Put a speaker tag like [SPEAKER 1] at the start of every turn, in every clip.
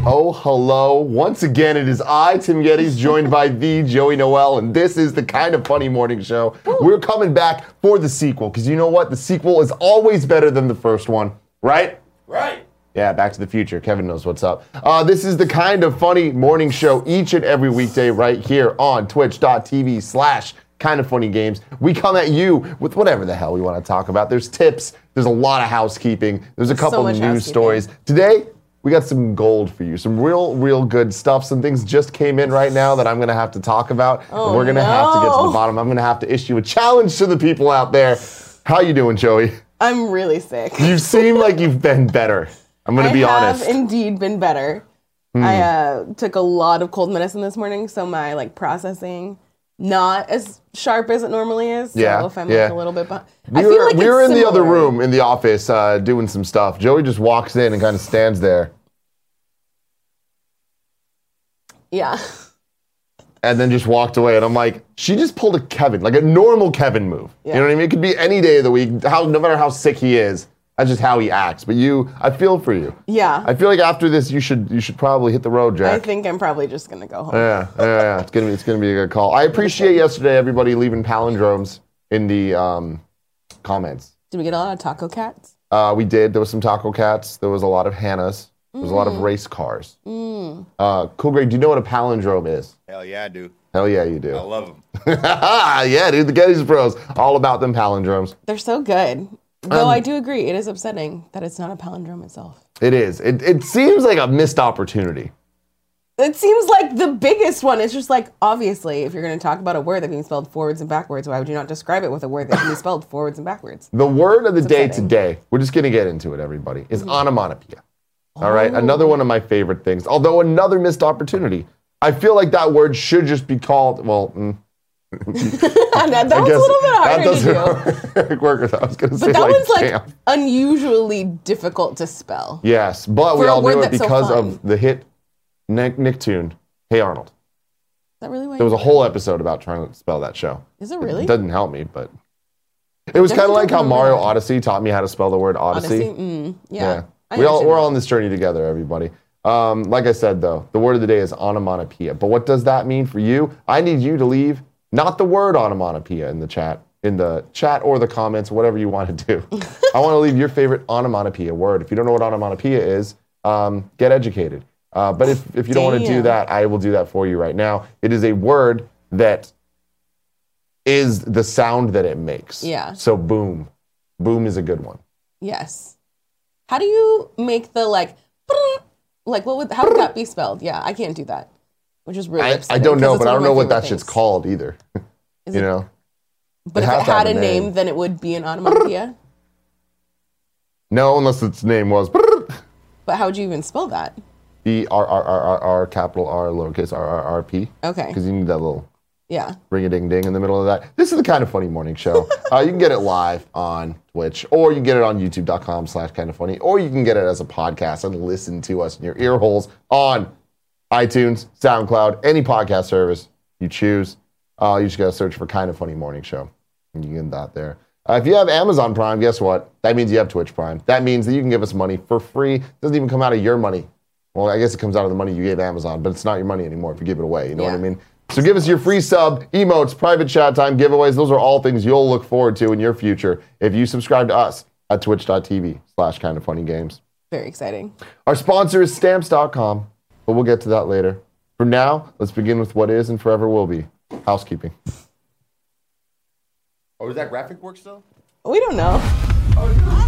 [SPEAKER 1] Hello, Oh, hello. Once again, it is I, Tim Geddes, joined by the Joey Noel, and this is the kind of funny morning show. We're coming back for the sequel because you know what? The sequel is always better than the first one, right?
[SPEAKER 2] Right.
[SPEAKER 1] Yeah, Back to the Future. Kevin knows what's up. Uh, this is the kind of funny morning show each and every weekday right here on twitch.tv slash kind of funny games. We come at you with whatever the hell we want to talk about. There's tips. There's a lot of housekeeping. There's a couple
[SPEAKER 3] much
[SPEAKER 1] of news
[SPEAKER 3] housekeeping.
[SPEAKER 1] stories. Today, we got some gold for you. Some real, real good stuff. Some things just came in right now that I'm going to have to talk about. and we're going to have to get to the
[SPEAKER 3] Oh, no.
[SPEAKER 1] bottom. I'm going to have to issue a challenge to the people out there. How you doing, Joey?
[SPEAKER 3] I'm really sick.
[SPEAKER 1] You seem like you've been better. I'm going to be
[SPEAKER 3] I
[SPEAKER 1] honest. Hmm.
[SPEAKER 3] have indeed been better. I uh, took a lot of cold medicine this morning, so my like processing not as sharp as it normally is. So
[SPEAKER 1] Yeah,
[SPEAKER 3] if I'm
[SPEAKER 1] yeah.
[SPEAKER 3] like a little bit behind,
[SPEAKER 1] We
[SPEAKER 3] I feel
[SPEAKER 1] were,
[SPEAKER 3] like
[SPEAKER 1] we
[SPEAKER 3] it's
[SPEAKER 1] were in the other
[SPEAKER 3] similar.
[SPEAKER 1] room in the office uh, doing some stuff. Joey just walks in and kind of stands there
[SPEAKER 3] Yeah,
[SPEAKER 1] and then just walked away. And I'm like, she just pulled a Kevin, like a normal Kevin move. You
[SPEAKER 3] Yeah.
[SPEAKER 1] know what I mean? It could be any day of the week, how, no matter how sick he is. That's just how he acts. But you, I feel for you.
[SPEAKER 3] yeah.
[SPEAKER 1] I feel like after this, you should you should probably hit the road, Jack.
[SPEAKER 3] I think I'm probably just gonna go home.
[SPEAKER 1] Yeah, yeah, yeah. It's gonna be it's gonna be a good call. I appreciate yesterday everybody leaving palindromes in the um, comments.
[SPEAKER 3] Did we get a lot of taco cats?
[SPEAKER 1] Uh, we did. There was some Taco Cats. There was a lot of Hannahs. There was a lot
[SPEAKER 3] Mm.
[SPEAKER 1] of race cars. Uh, cool, Greg. Do you know what a palindrome is?
[SPEAKER 2] Hell yeah, I do.
[SPEAKER 1] Hell yeah, you
[SPEAKER 2] I
[SPEAKER 1] do.
[SPEAKER 2] love them.
[SPEAKER 1] yeah, dude. The Gettys Bros. All about them palindromes.
[SPEAKER 3] They're so good.
[SPEAKER 1] um,
[SPEAKER 3] Though I do agree, it is upsetting that it's not a palindrome itself.
[SPEAKER 1] It is. It, it seems like a missed opportunity.
[SPEAKER 3] It seems like the biggest one. It's just like obviously, if you're going to talk about a word that can be spelled forwards and backwards, why would you not describe it with a word that can be spelled forwards and backwards?
[SPEAKER 1] The word of the day
[SPEAKER 3] upsetting. Mm.
[SPEAKER 1] today, we're just going to get into it, everybody, is onomatopoeia. All right. Another
[SPEAKER 3] Oh.
[SPEAKER 1] one of my favorite things, although another missed opportunity. I feel like that word should just be called, well, mm,
[SPEAKER 3] And that, that
[SPEAKER 1] I
[SPEAKER 3] was a
[SPEAKER 1] guess
[SPEAKER 3] little bit
[SPEAKER 1] that
[SPEAKER 3] harder to do.
[SPEAKER 1] doesn't work with I was going to say,
[SPEAKER 3] But that
[SPEAKER 1] like,
[SPEAKER 3] one's like
[SPEAKER 1] damn.
[SPEAKER 3] unusually difficult to spell.
[SPEAKER 1] Yes, but we
[SPEAKER 3] For a
[SPEAKER 1] all knew
[SPEAKER 3] word
[SPEAKER 1] it
[SPEAKER 3] that's so
[SPEAKER 1] because
[SPEAKER 3] fun.
[SPEAKER 1] of the hit Nick, Nicktoon. Hey Arnold.
[SPEAKER 3] Is that really why?
[SPEAKER 1] There was a whole episode about trying to spell that show.
[SPEAKER 3] Is it really?
[SPEAKER 1] doesn't help me, but it was kind of
[SPEAKER 3] Definitely
[SPEAKER 1] like how
[SPEAKER 3] don't remember
[SPEAKER 1] Mario
[SPEAKER 3] that.
[SPEAKER 1] Odyssey taught me how to spell the word
[SPEAKER 3] Odyssey?
[SPEAKER 1] Odyssey.
[SPEAKER 3] Mm, yeah.
[SPEAKER 1] Yeah,
[SPEAKER 3] I
[SPEAKER 1] we all
[SPEAKER 3] understand
[SPEAKER 1] we're
[SPEAKER 3] that.
[SPEAKER 1] all on this journey together, everybody. Um, like I said though, the word of the day is onomatopoeia. But what does that mean for you? I need you to leave not the word onomatopoeia in the chat, in the chat or the comments, whatever you want to do. I want to leave your favorite onomatopoeia word. If you don't know what onomatopoeia is, um, get educated. Uh, but if, if you don't want to do
[SPEAKER 3] Damn.
[SPEAKER 1] that, I will do that for you right now. It is a word that is the sound that it makes.
[SPEAKER 3] Yeah.
[SPEAKER 1] So boom, boom is a good one.
[SPEAKER 3] Yes. How do you make the like, like what would, how would that be spelled? Yeah, I can't do that, which is really
[SPEAKER 1] I, I
[SPEAKER 3] upsetting
[SPEAKER 1] don't
[SPEAKER 3] 'cause
[SPEAKER 1] know,
[SPEAKER 3] it's
[SPEAKER 1] but I
[SPEAKER 3] one
[SPEAKER 1] don't
[SPEAKER 3] of my
[SPEAKER 1] know what
[SPEAKER 3] favorite
[SPEAKER 1] that shit's
[SPEAKER 3] things.
[SPEAKER 1] called either.
[SPEAKER 3] Is
[SPEAKER 1] you
[SPEAKER 3] it-
[SPEAKER 1] know?
[SPEAKER 3] But
[SPEAKER 1] It
[SPEAKER 3] if
[SPEAKER 1] has
[SPEAKER 3] it
[SPEAKER 1] to have
[SPEAKER 3] had
[SPEAKER 1] a
[SPEAKER 3] a
[SPEAKER 1] name.
[SPEAKER 3] name, then it would be an onomatopoeia.
[SPEAKER 1] No, unless its name was
[SPEAKER 3] but how would you even spell that?
[SPEAKER 1] B R R R R R capital R lowercase R R R P.
[SPEAKER 3] Okay.
[SPEAKER 1] Because you need that little
[SPEAKER 3] Yeah.
[SPEAKER 1] ring a ding ding in the middle of that. This is the kind of funny morning show. uh, you can get it live on Twitch, or you can get it on youtube.com slash kind of funny, or you can get it as a podcast and listen to us in your ear holes on iTunes, SoundCloud, any podcast service you choose. Uh, you just gotta search for kind of funny morning show. And you get that there. Uh, if you have Amazon Prime, guess what? That means you have Twitch Prime. That means that you can give us money for free. It doesn't even come out of your money. Well, I guess it comes out of the money you gave Amazon, but it's not your money anymore if you give it away. You know what I
[SPEAKER 3] Yeah.
[SPEAKER 1] mean? So give us your free sub, emotes, private chat time, giveaways. Those are all things you'll look forward to in your future if you subscribe to us at twitch.tv slash kind of funny games.
[SPEAKER 3] Very exciting.
[SPEAKER 1] Our sponsor is stamps.com, but we'll get to that later. For now, let's begin with what is and forever will be housekeeping.
[SPEAKER 2] Oh, does that graphic work still?
[SPEAKER 3] We don't know.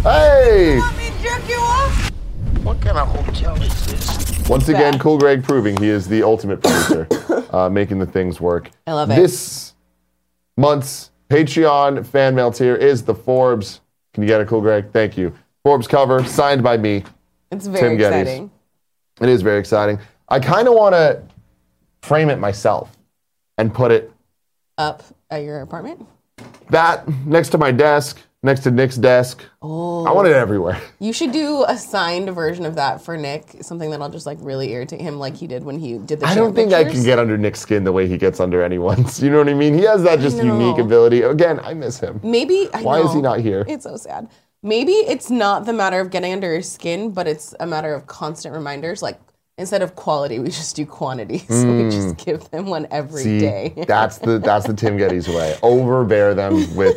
[SPEAKER 1] Hey!
[SPEAKER 2] What kind of hotel is this?
[SPEAKER 1] Once again,
[SPEAKER 3] back.
[SPEAKER 1] Cool Greg proving he is the ultimate producer, uh, making the things work.
[SPEAKER 3] I love it.
[SPEAKER 1] This month's Patreon fan mail tier is the Forbes. Can you get it, Cool Greg? Thank you. Forbes cover signed by me.
[SPEAKER 3] It's very
[SPEAKER 1] Tim Geddes.
[SPEAKER 3] exciting.
[SPEAKER 1] It is very exciting. I kind of want to frame it myself and put it
[SPEAKER 3] Up at your apartment.
[SPEAKER 1] that next to my desk, next to Nick's desk.
[SPEAKER 3] Oh.
[SPEAKER 1] I want it everywhere.
[SPEAKER 3] You should do a signed version of that for Nick, something that'll just like really irritate him, like he did when he did the.
[SPEAKER 1] I don't
[SPEAKER 3] chant
[SPEAKER 1] think I can
[SPEAKER 3] pictures.
[SPEAKER 1] get under Nick's skin the way he gets under anyone's. You know what I mean? He has that just unique
[SPEAKER 3] know.
[SPEAKER 1] ability. Again, I miss him.
[SPEAKER 3] Maybe. I
[SPEAKER 1] Why is he
[SPEAKER 3] know.
[SPEAKER 1] not here?
[SPEAKER 3] It's so sad. Maybe it's not the matter of getting under his skin, but it's a matter of constant reminders, like instead of quality, we just do quantity. So we just give them one every
[SPEAKER 1] Hmm. See,
[SPEAKER 3] day.
[SPEAKER 1] that's the that's the Tim Geddes way. Overbear them with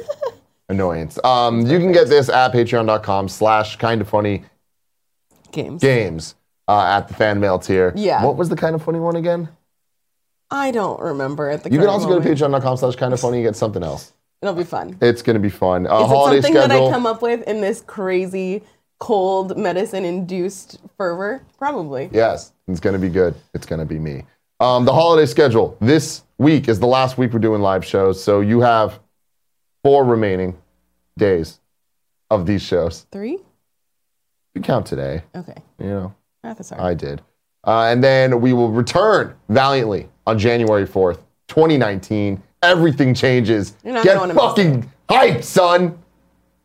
[SPEAKER 1] annoyance. Um, you can get this at patreon.com slash kind of funny
[SPEAKER 3] Games.
[SPEAKER 1] games uh, at the fan mail tier.
[SPEAKER 3] Yeah.
[SPEAKER 1] What was the kind of funny one again?
[SPEAKER 3] I don't remember at the
[SPEAKER 1] You can
[SPEAKER 3] current
[SPEAKER 1] also
[SPEAKER 3] moment.
[SPEAKER 1] go to patreon.com slash kind of funny and get something else.
[SPEAKER 3] It'll be fun.
[SPEAKER 1] It's going to be fun. Uh,
[SPEAKER 3] Is it
[SPEAKER 1] holiday
[SPEAKER 3] something that
[SPEAKER 1] schedule.
[SPEAKER 3] I come up with in this crazy cold medicine induced fervor? Probably.
[SPEAKER 1] Yes, it's going to be good. It's going to be me. Um, the holiday schedule this week is the last week we're doing live shows, so you have four remaining days of these shows.
[SPEAKER 3] Three?
[SPEAKER 1] You count today,
[SPEAKER 3] Okay.
[SPEAKER 1] you know,
[SPEAKER 3] Math is hard.
[SPEAKER 1] I did, uh, and then we will return valiantly on January fourth, twenty nineteen. Everything changes.
[SPEAKER 3] You're not
[SPEAKER 1] Get
[SPEAKER 3] gonna wanna miss
[SPEAKER 1] fucking hyped, son.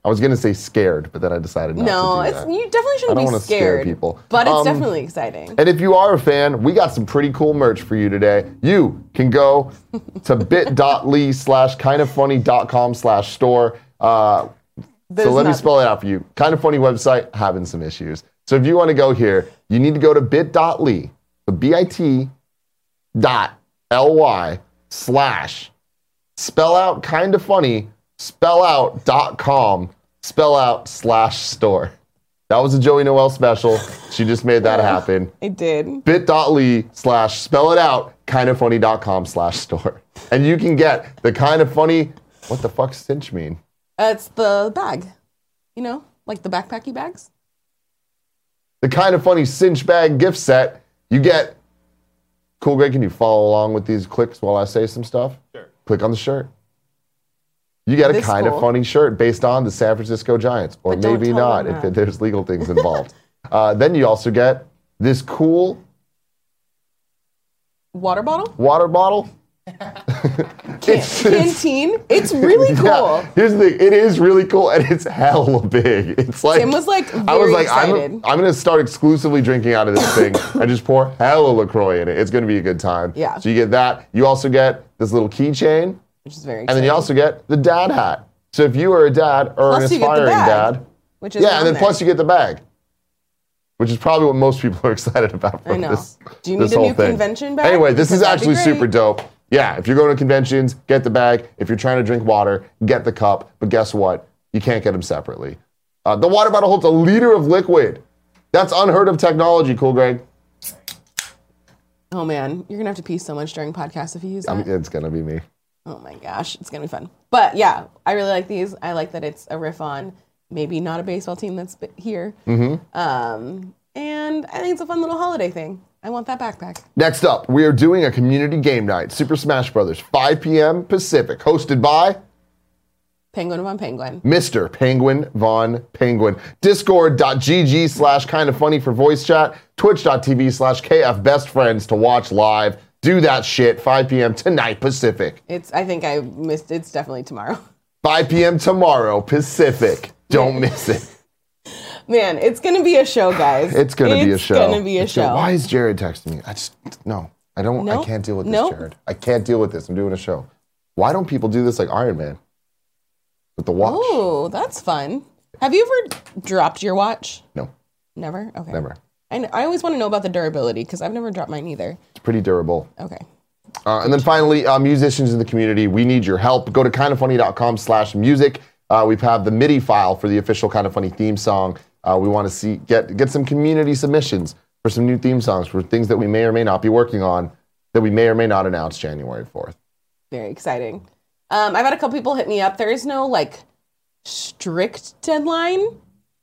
[SPEAKER 1] I was gonna say scared, but then I decided not
[SPEAKER 3] no,
[SPEAKER 1] to do
[SPEAKER 3] it's
[SPEAKER 1] that.
[SPEAKER 3] you definitely
[SPEAKER 1] I
[SPEAKER 3] shouldn't
[SPEAKER 1] don't
[SPEAKER 3] be
[SPEAKER 1] wanna
[SPEAKER 3] scared.
[SPEAKER 1] scare people.
[SPEAKER 3] But it's
[SPEAKER 1] Um,
[SPEAKER 3] definitely exciting.
[SPEAKER 1] And if you are a fan, we got some pretty cool merch for you today. You can go to bit.ly slash kindoffunny.com slash store. Uh, so
[SPEAKER 3] There's
[SPEAKER 1] let me
[SPEAKER 3] not-
[SPEAKER 1] spell it out for you. Kind of funny website having some issues. So if you want to go here, you need to go to bit.ly, the B-I-T dot L-Y slash spell out kind of funny, spell out dot com, spell out slash store. That was a Joey Noel special. She just made that happen
[SPEAKER 3] I did.
[SPEAKER 1] bit.ly slash spell it out kindoffunny.com slash store and you can get the kind of funny what the fuck cinch mean
[SPEAKER 3] It's the bag. You know, like the backpacky bags.
[SPEAKER 1] the kind of funny cinch bag gift set you get cool greg can you follow along with these clicks while i say some stuff sure click on the shirt you get a
[SPEAKER 3] This
[SPEAKER 1] kind of
[SPEAKER 3] cool.
[SPEAKER 1] funny shirt based on the san francisco giants or
[SPEAKER 3] But don't
[SPEAKER 1] maybe
[SPEAKER 3] tell
[SPEAKER 1] not
[SPEAKER 3] them
[SPEAKER 1] if
[SPEAKER 3] that.
[SPEAKER 1] there's legal things involved uh, then you also get this cool
[SPEAKER 3] Water bottle?
[SPEAKER 1] water bottle
[SPEAKER 3] Can-
[SPEAKER 1] It's- it's-
[SPEAKER 3] canteen? It's really cool.
[SPEAKER 1] Yeah, here's the thing. It is really cool, and it's hella big. It's like
[SPEAKER 3] Tim was, like,
[SPEAKER 1] I was
[SPEAKER 3] very
[SPEAKER 1] like, I'm,
[SPEAKER 3] excited.
[SPEAKER 1] I'm gonna start exclusively drinking out of this thing and just pour hella Lacroix in it. It's gonna be a good time.
[SPEAKER 3] Yeah.
[SPEAKER 1] So you get that. You also get this little keychain,
[SPEAKER 3] Which is very
[SPEAKER 1] and then
[SPEAKER 3] exciting.
[SPEAKER 1] you also get the dad hat. So if you are a dad or
[SPEAKER 3] Plus
[SPEAKER 1] an
[SPEAKER 3] you get the
[SPEAKER 1] aspiring
[SPEAKER 3] bag,
[SPEAKER 1] dad,
[SPEAKER 3] which is
[SPEAKER 1] yeah, and
[SPEAKER 3] on
[SPEAKER 1] then
[SPEAKER 3] there.
[SPEAKER 1] plus you get the bag, which is probably what most people are excited about. From
[SPEAKER 3] I know.
[SPEAKER 1] This,
[SPEAKER 3] Do you need
[SPEAKER 1] this
[SPEAKER 3] a
[SPEAKER 1] whole
[SPEAKER 3] new
[SPEAKER 1] thing.
[SPEAKER 3] convention bag?
[SPEAKER 1] Anyway, this
[SPEAKER 3] Because
[SPEAKER 1] is
[SPEAKER 3] that'd be
[SPEAKER 1] actually super
[SPEAKER 3] great.
[SPEAKER 1] dope. Yeah, if you're going to conventions, get the bag. If you're trying to drink water, get the cup. But guess what? You can't get them separately. Uh, the water bottle holds a liter of liquid. That's unheard of technology, cool, Greg.
[SPEAKER 3] Oh man, you're gonna have to pee so much during podcasts if you use that.
[SPEAKER 1] I'm, it's gonna be me.
[SPEAKER 3] Oh my gosh, it's gonna be fun. But yeah, I really like these. I like that it's a riff on maybe not a baseball team that's b- here.
[SPEAKER 1] Mm-hmm.
[SPEAKER 3] Um, and I think it's a fun little holiday thing. I want that backpack.
[SPEAKER 1] Next up, we are doing a community game night, Super Smash Brothers, 5 p.m. Pacific, hosted by
[SPEAKER 3] Penguin upon penguin.
[SPEAKER 1] Mr. Penguin Von Penguin. Discord.gg slash kind of funny for voice chat. Twitch.tv slash KF best friends to watch live. Do that shit, 5 p.m. tonight Pacific.
[SPEAKER 3] It's. I think I missed. It's definitely tomorrow.
[SPEAKER 1] 5 p.m. tomorrow Pacific. Don't miss it.
[SPEAKER 3] Man, it's gonna be a show, guys.
[SPEAKER 1] It's gonna be a show.
[SPEAKER 3] It's gonna be a
[SPEAKER 1] It's gonna-
[SPEAKER 3] show.
[SPEAKER 1] Why is Jared texting me? I just no. I don't. I
[SPEAKER 3] No?
[SPEAKER 1] can't deal with this,
[SPEAKER 3] No?
[SPEAKER 1] Jared. I can't deal with this. I'm doing a show. Why don't people do this like Iron Man with the watch?
[SPEAKER 3] Oh, that's fun. Have you ever dropped your watch?
[SPEAKER 1] No,
[SPEAKER 3] Never. Okay.
[SPEAKER 1] never.
[SPEAKER 3] And I always want to know about the durability because I've never dropped mine either.
[SPEAKER 1] It's pretty durable.
[SPEAKER 3] Okay.
[SPEAKER 1] Uh, and then finally, uh, musicians in the community, we need your help. Go to kindoffunny.com slash music. Uh, we have the MIDI file for the official Kind of Funny theme song. Uh, we want to see get get some community submissions for some new theme songs for things that we may or may not be working on that we may or may not announce January 4th.
[SPEAKER 3] very exciting. Um, I've had a couple people hit me up. There is no like strict deadline.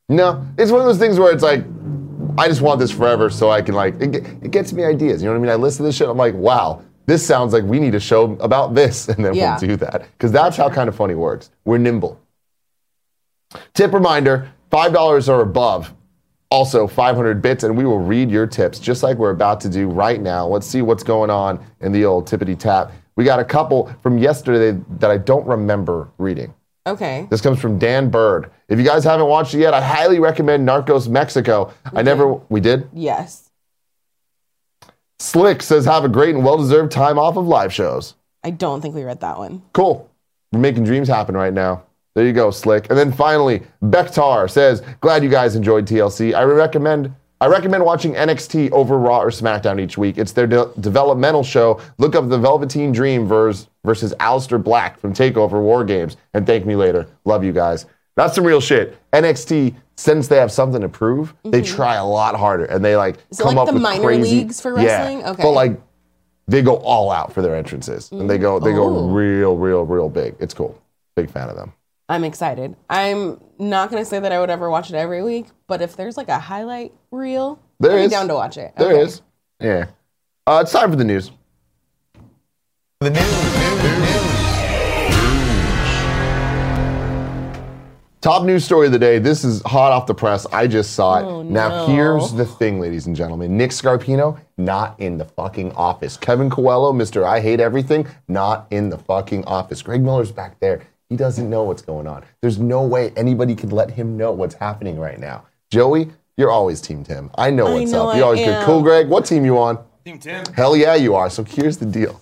[SPEAKER 1] No, it's one of those things where it's like, I just want this forever so I can like, it, ge- it gets me ideas. You know what I mean? I listen to this shit, I'm like, wow, this sounds like we need a show about this, and then
[SPEAKER 3] Yeah.
[SPEAKER 1] we'll do that. Because that's how kind of funny works. We're nimble. Tip reminder $5 or above, also 500 bits, and we will read your tips just like we're about to do right now. Let's see what's going on in the old tippity tap. We got a couple from yesterday that I don't remember reading.
[SPEAKER 3] Okay.
[SPEAKER 1] This comes from Dan Bird. If you guys haven't watched it yet, I highly recommend Narcos Mexico. I never we did.
[SPEAKER 3] Yes.
[SPEAKER 1] Slick says have a great and well-deserved time off of live shows.
[SPEAKER 3] I don't think we read that one.
[SPEAKER 1] Cool. We're making dreams happen right now. There you go, Slick. And then finally, Bektar says, glad you guys enjoyed TLC. I recommend I recommend watching NXT over Raw or SmackDown each week. It's their de- developmental show. Look up the Velveteen Dream vers- versus Aleister Black from Takeover War Games, and thank me later. Love you guys. That's some real shit. NXT, since they have something to prove, they try a lot harder and they like
[SPEAKER 3] Mm-hmm. it
[SPEAKER 1] come
[SPEAKER 3] like
[SPEAKER 1] up
[SPEAKER 3] the
[SPEAKER 1] with
[SPEAKER 3] minor
[SPEAKER 1] crazy-
[SPEAKER 3] leagues for wrestling?
[SPEAKER 1] Yeah,
[SPEAKER 3] Okay.
[SPEAKER 1] but like they go all out for their entrances and they go they go
[SPEAKER 3] Ooh.
[SPEAKER 1] real, real, real big. It's cool. Big fan of them.
[SPEAKER 3] I'm excited. I'm not gonna say that I would ever watch it every week, but if there's like a highlight reel,
[SPEAKER 1] There
[SPEAKER 3] I'd be
[SPEAKER 1] is.
[SPEAKER 3] down to watch it.
[SPEAKER 1] There
[SPEAKER 3] Okay.
[SPEAKER 1] is, Yeah. Uh, it's time for the news.
[SPEAKER 4] The news, news, news.
[SPEAKER 1] Top news story of the day. This is hot off the press. I just saw it.
[SPEAKER 3] Oh,
[SPEAKER 1] Now,
[SPEAKER 3] no.
[SPEAKER 1] here's the thing, ladies and gentlemen Nick Scarpino, not in the fucking office. Kevin Coelho, Mr. I Hate Everything, not in the fucking office. Greg Miller's back there. He doesn't know what's going on. There's no way anybody could let him know what's happening right now. Joey, you're always Team Tim. I know
[SPEAKER 3] I
[SPEAKER 1] what's
[SPEAKER 3] know
[SPEAKER 1] up. You're
[SPEAKER 3] I
[SPEAKER 1] always good.
[SPEAKER 3] am.
[SPEAKER 1] Cool, Greg. What team you on?
[SPEAKER 5] Team Tim.
[SPEAKER 1] Hell yeah, you are. So here's the deal.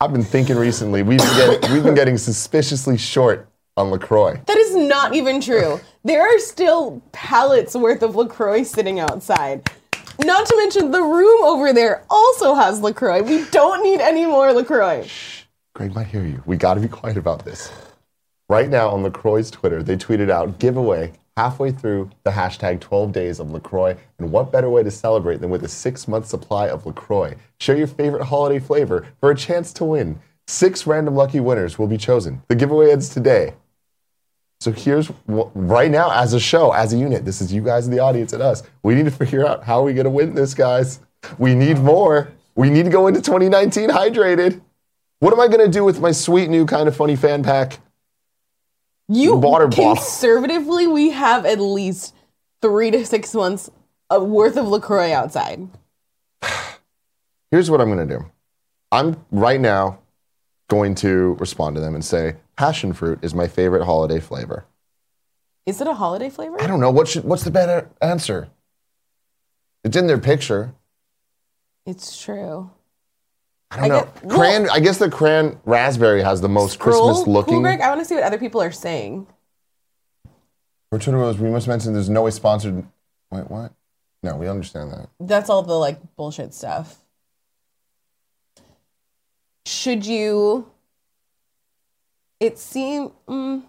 [SPEAKER 1] I've been thinking recently. We've been getting, we've been getting suspiciously short on Lacroix.
[SPEAKER 3] That is not even true. There are still pallets worth of LaCroix sitting outside. Not to mention the room over there also has LaCroix. We don't need any more LaCroix.
[SPEAKER 1] Greg might hear you. We got to be quiet about this. Right now on Lacroix's Twitter, they tweeted out giveaway halfway through the hashtag 12 days of Lacroix. And what better way to celebrate than with a six month supply of Lacroix? Share your favorite holiday flavor for a chance to win. Six random lucky winners will be chosen. The giveaway ends today. So here's wh- right now, as a show, as a unit, this is you guys, the audience, and us. We need to figure out how we going to win this, guys. We need more. We need to go into 2019 hydrated. What am I going to do with my sweet new kind of funny fan pack?
[SPEAKER 3] You
[SPEAKER 1] Water bottle.
[SPEAKER 3] conservatively, we have at least three to six months of worth of LaCroix outside.
[SPEAKER 1] Here's what I'm going to do. I'm right now going to respond to them and say, passion fruit is my favorite holiday flavor.
[SPEAKER 3] Is it a holiday flavor?
[SPEAKER 1] I don't know. What should, what's the better answer? It's in their picture.
[SPEAKER 3] It's true.
[SPEAKER 1] I don't
[SPEAKER 3] I
[SPEAKER 1] know.
[SPEAKER 3] guess- well-
[SPEAKER 1] cran, I guess the cran raspberry has the most Christmas
[SPEAKER 3] Scroll,
[SPEAKER 1] looking.
[SPEAKER 3] Cool, Greg, I want to see what other people are saying.
[SPEAKER 1] Return to Rose, we must mention there's no way sponsored. Wait, what? No, we understand that.
[SPEAKER 3] That's all the like bullshit stuff. Should you? It seem mm,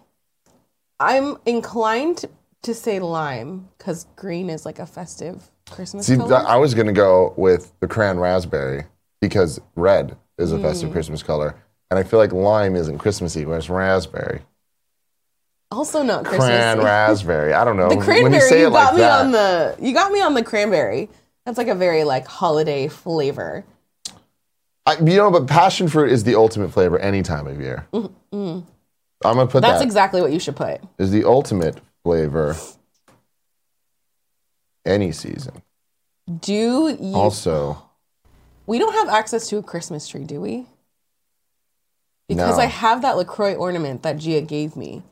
[SPEAKER 3] I'm inclined to, to say lime because green is like a festive Christmas
[SPEAKER 1] See,
[SPEAKER 3] color.
[SPEAKER 1] th- I was going to go with the cran raspberry because red is a
[SPEAKER 3] Mm.
[SPEAKER 1] festive Christmas color. And I feel like lime isn't Christmassy, whereas raspberry.
[SPEAKER 3] also not
[SPEAKER 1] Cran
[SPEAKER 3] Christmas.
[SPEAKER 1] raspberry. I don't know.
[SPEAKER 3] the cranberry.
[SPEAKER 1] when you say it
[SPEAKER 3] got
[SPEAKER 1] like
[SPEAKER 3] me
[SPEAKER 1] that,
[SPEAKER 3] on the. You got me on the cranberry. That's like a very like holiday flavor.
[SPEAKER 1] I, you know, but passion fruit is the ultimate flavor any time of year. I'm going to put
[SPEAKER 3] Mm-hmm. That's
[SPEAKER 1] that.
[SPEAKER 3] exactly what you should put.
[SPEAKER 1] is the ultimate flavor any season.
[SPEAKER 3] Do you?
[SPEAKER 1] Also,
[SPEAKER 3] We don't have access to a Christmas tree, do we? Because
[SPEAKER 1] No.
[SPEAKER 3] I have that LaCroix ornament that Gia gave me.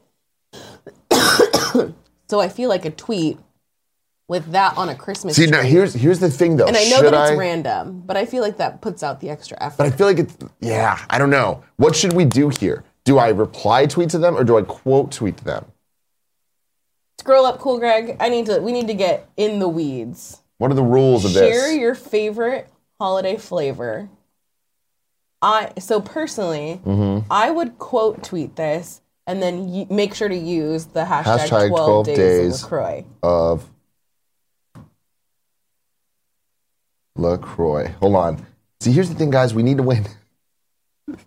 [SPEAKER 3] so I feel like a tweet with that on a Christmas
[SPEAKER 1] see
[SPEAKER 3] tree.
[SPEAKER 1] now here's here's the thing though.
[SPEAKER 3] and I know
[SPEAKER 1] Should
[SPEAKER 3] that it's
[SPEAKER 1] I-
[SPEAKER 3] random, but I feel like that puts out the extra
[SPEAKER 1] But I
[SPEAKER 3] effort.
[SPEAKER 1] feel like it's yeah. I don't know. What should we do here? Do I reply tweet to them or do I quote tweet to them?
[SPEAKER 3] Scroll up, cool Greg. I need to we need to get in the weeds.
[SPEAKER 1] What are the rules of
[SPEAKER 3] Share
[SPEAKER 1] this?
[SPEAKER 3] your favorite holiday flavor. I so personally,
[SPEAKER 1] Mm-hmm.
[SPEAKER 3] I would quote tweet this and then y- make sure to use the hashtag,
[SPEAKER 1] Hashtag
[SPEAKER 3] 12,
[SPEAKER 1] 12
[SPEAKER 3] days,
[SPEAKER 1] days.
[SPEAKER 3] of LaCroix.
[SPEAKER 1] of Lacroix. Hold on. See, here's the thing, guys. We need to win.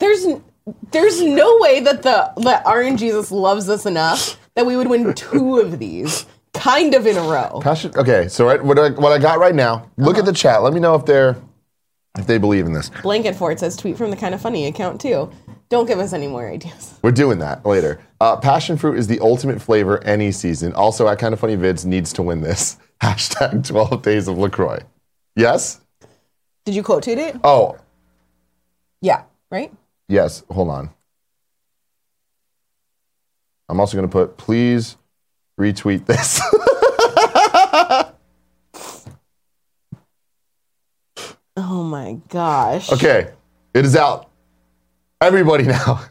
[SPEAKER 3] There's n- there's no way that the that RN Jesus loves us enough that we would win two of these kind of in a row.
[SPEAKER 1] Passion. Okay. So right, what I, what I got right now. Look at the chat. Let me know if they're if they believe in this.
[SPEAKER 3] Blanket for it says tweet from the kind of funny account too. Don't give us any more ideas.
[SPEAKER 1] We're doing that later. Uh, passion fruit is the ultimate flavor any season. Also, at kind of funny vids needs to win this. Hashtag 12 days of Lacroix. Yes.
[SPEAKER 3] Did you quote tweet it?
[SPEAKER 1] Oh,
[SPEAKER 3] Yeah, right?
[SPEAKER 1] Yes, hold on. I'm also going to put please retweet this.
[SPEAKER 3] Oh my gosh.
[SPEAKER 1] okay, it is out. Everybody now.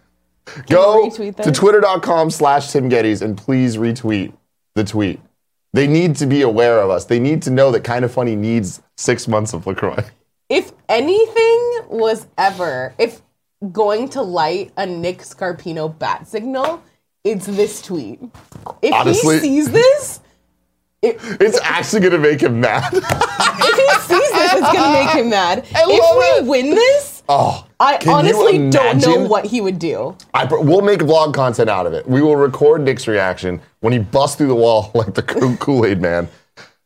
[SPEAKER 1] Go
[SPEAKER 3] retweet
[SPEAKER 1] to
[SPEAKER 3] this?
[SPEAKER 1] twitter.com slash Tim Gettys and please retweet the tweet. They need to be aware of us. They need to know that Kind of Funny needs six months of LaCroix.
[SPEAKER 3] If anything was ever, if going to light a Nick Scarpino bat signal, it's this tweet. If
[SPEAKER 1] Honestly-
[SPEAKER 3] he sees this, it,
[SPEAKER 1] It's actually going to make him mad.
[SPEAKER 3] if he sees this, it's gonna make him mad.
[SPEAKER 1] love
[SPEAKER 3] if
[SPEAKER 1] it.
[SPEAKER 3] we win this,
[SPEAKER 1] oh,
[SPEAKER 3] I
[SPEAKER 1] can you
[SPEAKER 3] honestly don't know
[SPEAKER 1] imagine?
[SPEAKER 3] what he would do.
[SPEAKER 1] I, pr- we'll make vlog content out of it. We will record Nick's reaction when he busts through the wall like the Kool Aid Man.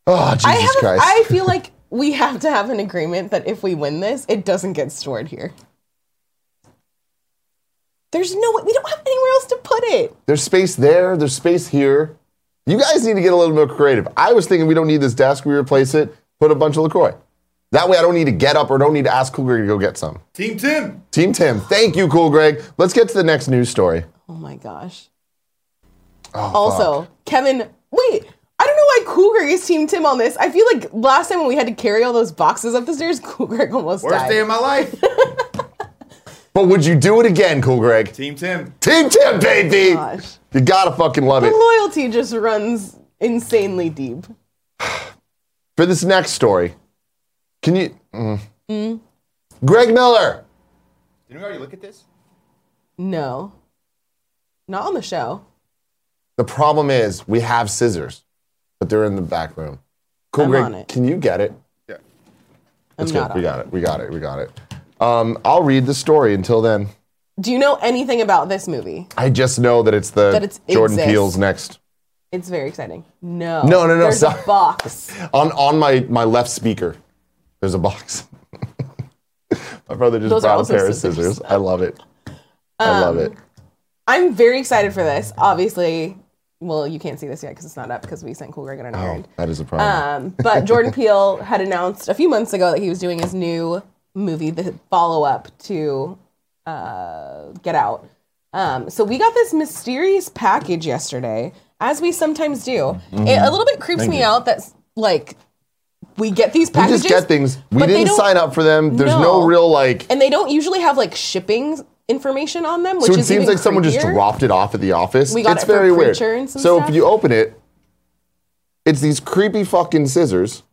[SPEAKER 1] Oh, Jesus
[SPEAKER 3] I have. a-
[SPEAKER 1] Christ.
[SPEAKER 3] I feel like we have to have an agreement that if we win this, it doesn't get stored here. There's no way. We don't have anywhere else to put it.
[SPEAKER 1] There's space there. There's space here. You guys need to get a little more creative. I was thinking we don't need this desk. We replace it. Put a bunch of Lacroix. That way, I don't need to get up or don't need to ask Cool Greg to go get some.
[SPEAKER 5] Team Tim.
[SPEAKER 1] Team Tim, thank you, Cool Greg. Let's get to the next news story.
[SPEAKER 3] Oh my gosh.
[SPEAKER 1] Oh,
[SPEAKER 3] also, Kevin, wait. I don't know why Cougar is Team Tim on this. I feel like last time when we had to carry all those boxes up the stairs, Cougar almost
[SPEAKER 5] Worst
[SPEAKER 3] died.
[SPEAKER 5] day of my life.
[SPEAKER 1] But would you do it again, Cool Greg?
[SPEAKER 5] Team Tim.
[SPEAKER 1] Team Tim, baby.
[SPEAKER 3] Oh Gosh.
[SPEAKER 1] You gotta fucking love it.
[SPEAKER 3] Loyalty just runs insanely deep.
[SPEAKER 1] for this next story. Can you? mm. Greg Miller.
[SPEAKER 5] Didn't we already look at this?
[SPEAKER 3] No. Not on the show.
[SPEAKER 1] The problem is we have scissors, but they're in the back room. Cool,
[SPEAKER 3] I'm
[SPEAKER 1] Greg.
[SPEAKER 3] on it.
[SPEAKER 1] Can you get it?
[SPEAKER 5] Yeah.
[SPEAKER 3] I'm
[SPEAKER 1] It's good.
[SPEAKER 3] not on
[SPEAKER 1] We got it. We got it. We got it. Um, I'll read the story until then.
[SPEAKER 3] Do you know anything about this movie?
[SPEAKER 1] I just know that it's the
[SPEAKER 3] That it's-
[SPEAKER 1] Jordan
[SPEAKER 3] exists.
[SPEAKER 1] Peele's next.
[SPEAKER 3] It's very exciting. No.
[SPEAKER 1] No, no, no,
[SPEAKER 3] There's
[SPEAKER 1] sorry.
[SPEAKER 3] a box.
[SPEAKER 1] On on my, my left speaker, there's a box. my brother just
[SPEAKER 3] Those are
[SPEAKER 1] brought a
[SPEAKER 3] also
[SPEAKER 1] pair of
[SPEAKER 3] scissors. Um,
[SPEAKER 1] scissors. I love it. I love it.
[SPEAKER 3] I'm very excited for this. Obviously, well, you can't see this yet because it's not up because we sent Cool Greg on an
[SPEAKER 1] Oh,
[SPEAKER 3] iron.
[SPEAKER 1] that is a problem.
[SPEAKER 3] Um, but Jordan Peele had announced a few months ago that he was doing his new movie, the follow up to uh, Get Out. Um, so we got this mysterious package yesterday, as we sometimes do. It a little bit creeps me
[SPEAKER 1] Mm-hmm. you.
[SPEAKER 3] out that like we get these
[SPEAKER 1] we
[SPEAKER 3] packages.
[SPEAKER 1] just get things. We
[SPEAKER 3] but they
[SPEAKER 1] didn't
[SPEAKER 3] don't-
[SPEAKER 1] sign up for them. There's no
[SPEAKER 3] No.
[SPEAKER 1] real like
[SPEAKER 3] and they don't usually have like shipping information on them. Which
[SPEAKER 1] So it
[SPEAKER 3] is
[SPEAKER 1] seems
[SPEAKER 3] even
[SPEAKER 1] like someone just
[SPEAKER 3] creepier.
[SPEAKER 1] dropped it off at the office.
[SPEAKER 3] We got
[SPEAKER 1] it's
[SPEAKER 3] it for
[SPEAKER 1] very weird.
[SPEAKER 3] Preacher and some
[SPEAKER 1] so if
[SPEAKER 3] stuff.
[SPEAKER 1] you open it, it's these creepy fucking scissors,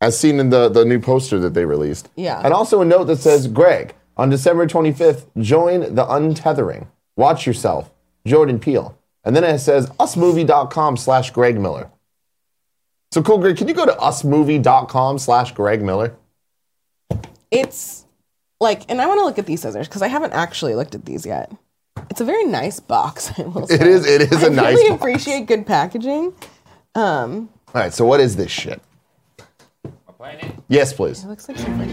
[SPEAKER 1] as seen in the, the new poster that they released.
[SPEAKER 3] Yeah.
[SPEAKER 1] And also a note that says, Greg, on December 25th, join the untethering. Watch yourself. Jordan Peele. And then it says usmovie.com slash Greg Miller. So cool, Greg, can you go to usmovie.com slash Greg Miller?
[SPEAKER 3] It's like, and I want to look at these scissors because I haven't actually looked at these yet. It's a very nice box. I will say.
[SPEAKER 1] It is it is a
[SPEAKER 3] I
[SPEAKER 1] nice
[SPEAKER 3] really
[SPEAKER 1] box.
[SPEAKER 3] appreciate good packaging. Um,
[SPEAKER 1] All right, so what is this shit?
[SPEAKER 5] I'm playing it.
[SPEAKER 1] Yes, please.
[SPEAKER 3] it looks like something.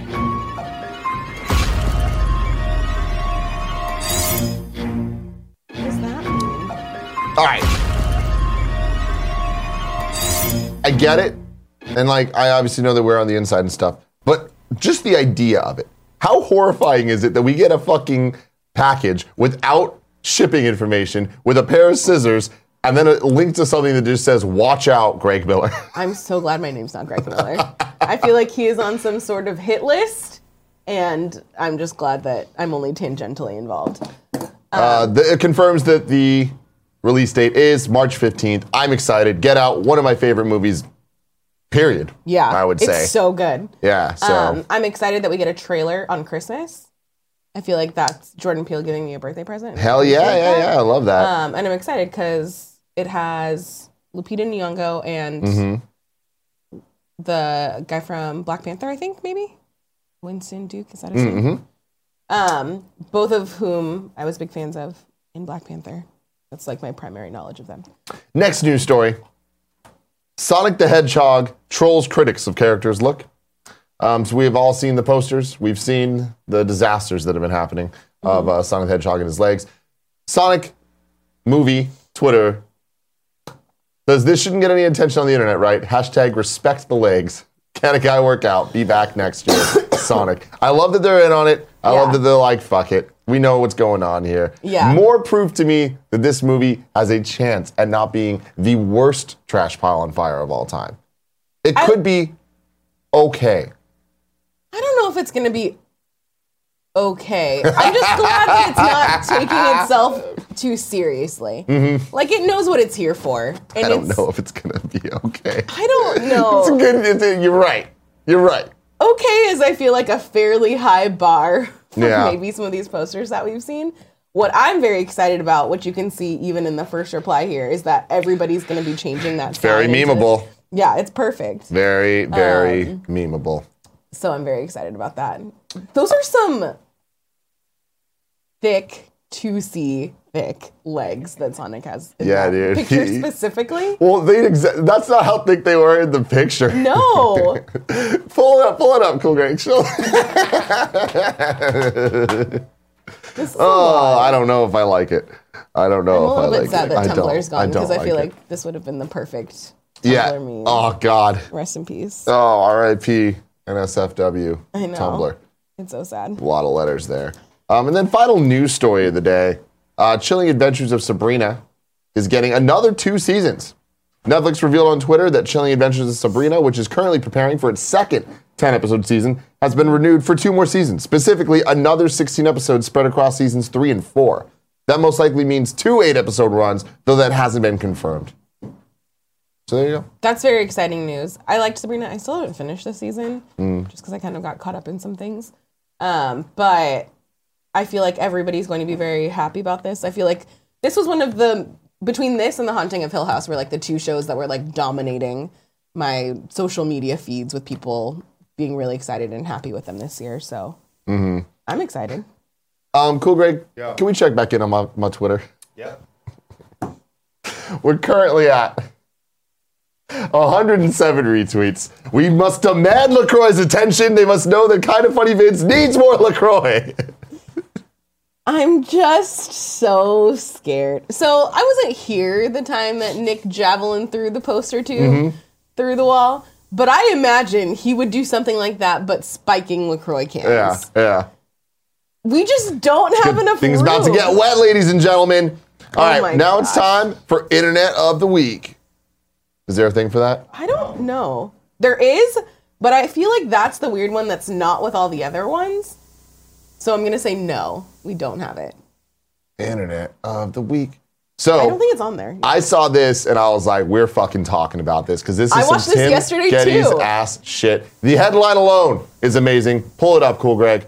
[SPEAKER 3] What does that mean?
[SPEAKER 1] All right. I get it. And like I obviously know that we're on the inside and stuff, but just the idea of it. How horrifying is it that we get a fucking package without shipping information with a pair of scissors and then a link to something that just says watch out Greg Miller.
[SPEAKER 3] I'm so glad my name's not Greg Miller. I feel like he is on some sort of hit list, and I'm just glad that I'm only tangentially involved.
[SPEAKER 1] Uh, th- it confirms that the release date is March 15th. I'm excited. Get out one of my favorite movies period.
[SPEAKER 3] Yeah,
[SPEAKER 1] I would say.
[SPEAKER 3] it's so good.
[SPEAKER 1] yeah, so
[SPEAKER 3] Um, I'm excited that we get a trailer on Christmas. I feel like that's Jordan Peele giving me a birthday present.
[SPEAKER 1] hell yeah,
[SPEAKER 3] Appreciate
[SPEAKER 1] yeah,
[SPEAKER 3] that.
[SPEAKER 1] yeah. I love that.
[SPEAKER 3] Um, and I'm excited because it has Lupita Nyong'o and
[SPEAKER 1] Mm-hmm.
[SPEAKER 3] the guy from Black Panther, I think maybe Winston Duke. Is that his
[SPEAKER 1] Mm-hmm.
[SPEAKER 3] name? Um, both of whom I was big fans of in Black Panther. That's like my primary knowledge of them.
[SPEAKER 1] Next news story Sonic the Hedgehog trolls critics of characters' look. Um, so we have all seen the posters, we've seen the disasters that have been happening of uh, Sonic the Hedgehog and his legs. Sonic movie Twitter says this shouldn't get any attention on the internet, right? Hashtag respect the legs. Can a guy work out? Be back next year. Sonic. I love that they're in on it. I love
[SPEAKER 3] Yeah.
[SPEAKER 1] that they're like, fuck it. We know what's going on here.
[SPEAKER 3] Yeah.
[SPEAKER 1] More proof to me that this movie has a chance at not being the worst trash pile on fire of all time. It
[SPEAKER 3] I-
[SPEAKER 1] could be okay.
[SPEAKER 3] I don't know if it's going to be okay. I'm just glad that it's not taking itself too seriously. Like it knows what it's here for. And
[SPEAKER 1] Mm-hmm. I don't
[SPEAKER 3] it's-
[SPEAKER 1] know if it's gonna be okay.
[SPEAKER 3] I don't
[SPEAKER 1] It's a
[SPEAKER 3] know.
[SPEAKER 1] good. It's a, you're right. You're right.
[SPEAKER 3] okay is I feel like a fairly high bar for
[SPEAKER 1] Yeah.
[SPEAKER 3] maybe some of these posters that we've seen. What I'm very excited about, what you can see even in the first reply here, is that everybody's going to be changing that.
[SPEAKER 1] Very
[SPEAKER 3] sign into-
[SPEAKER 1] memeable.
[SPEAKER 3] Yeah, it's perfect.
[SPEAKER 1] Very, very
[SPEAKER 3] Um.
[SPEAKER 1] memeable.
[SPEAKER 3] So I'm very excited about that. Those are some thick, 2C thick legs that Sonic has. in
[SPEAKER 1] Yeah,
[SPEAKER 3] that
[SPEAKER 1] dude.
[SPEAKER 3] Picture
[SPEAKER 1] He-
[SPEAKER 3] specifically?
[SPEAKER 1] Well, they exa- that's not how thick they were in the picture.
[SPEAKER 3] No.
[SPEAKER 1] pull it up, pull it up, cool Greg. Show-
[SPEAKER 3] This is a
[SPEAKER 1] oh,
[SPEAKER 3] lot.
[SPEAKER 1] I don't know if I like it. I don't know if
[SPEAKER 3] I'm a
[SPEAKER 1] I
[SPEAKER 3] little bit
[SPEAKER 1] like
[SPEAKER 3] sad
[SPEAKER 1] it.
[SPEAKER 3] that
[SPEAKER 1] I don't.
[SPEAKER 3] Tumblr's
[SPEAKER 1] I
[SPEAKER 3] gone
[SPEAKER 1] don't
[SPEAKER 3] because I, feel
[SPEAKER 1] it.
[SPEAKER 3] like this would have been the perfect Tumblr
[SPEAKER 1] yeah.
[SPEAKER 3] meme.
[SPEAKER 1] Oh God.
[SPEAKER 3] Rest in peace.
[SPEAKER 1] Oh, R.I.P. NSFW.
[SPEAKER 3] I know.
[SPEAKER 1] Tumblr.
[SPEAKER 3] It's so sad.
[SPEAKER 1] A lot of letters there. Um, and then final news story of the day: uh, Chilling Adventures of Sabrina is getting another two seasons. Netflix revealed on Twitter that Chilling Adventures of Sabrina, which is currently preparing for its second 10 episode season, has been renewed for two more seasons, specifically another 16 episodes spread across seasons three and four. That most likely means two eight episode runs, though that hasn't been confirmed. So there you go.
[SPEAKER 3] That's very exciting news. I liked Sabrina. I still haven't finished this season just because I kind of got caught up in some things. Um, but I feel like everybody's going to be very happy about this. I feel like this was one of the between this and The Haunting of Hill House were like the two shows that were like dominating my social media feeds with people being really excited and happy with them this year. So I'm excited.
[SPEAKER 1] Um, cool, Greg.
[SPEAKER 5] Yeah.
[SPEAKER 1] Can we check back in on my, my Twitter?
[SPEAKER 5] Yeah.
[SPEAKER 1] We're currently at 107 retweets. We must demand LaCroix's attention. They must know that Kind of Funny Vince needs more LaCroix.
[SPEAKER 3] I'm just so scared. So I wasn't here the time that Nick Javelin threw the poster to
[SPEAKER 1] Mm-hmm.
[SPEAKER 3] through the wall, but I imagine he would do something like that, but spiking Lacroix cans.
[SPEAKER 1] yeah, yeah.
[SPEAKER 3] We just don't have enough.
[SPEAKER 1] Things about to
[SPEAKER 3] room.
[SPEAKER 1] get wet, ladies and gentlemen. All right,
[SPEAKER 3] my
[SPEAKER 1] now it's time for Internet of the Week. Is there a thing for that?
[SPEAKER 3] I don't know. There is, but I feel like that's the weird one that's not with all the other ones. So I'm gonna say no. We don't have it.
[SPEAKER 1] Internet of the Week.
[SPEAKER 3] I don't
[SPEAKER 1] So
[SPEAKER 3] think it's on there.
[SPEAKER 1] I saw this and I was like, we're fucking talking about this because this is
[SPEAKER 3] I
[SPEAKER 1] some
[SPEAKER 3] watched this
[SPEAKER 1] Tim
[SPEAKER 3] yesterday,
[SPEAKER 1] Getty's
[SPEAKER 3] too.
[SPEAKER 1] ass shit. The headline alone is amazing. Pull it up, cool Greg.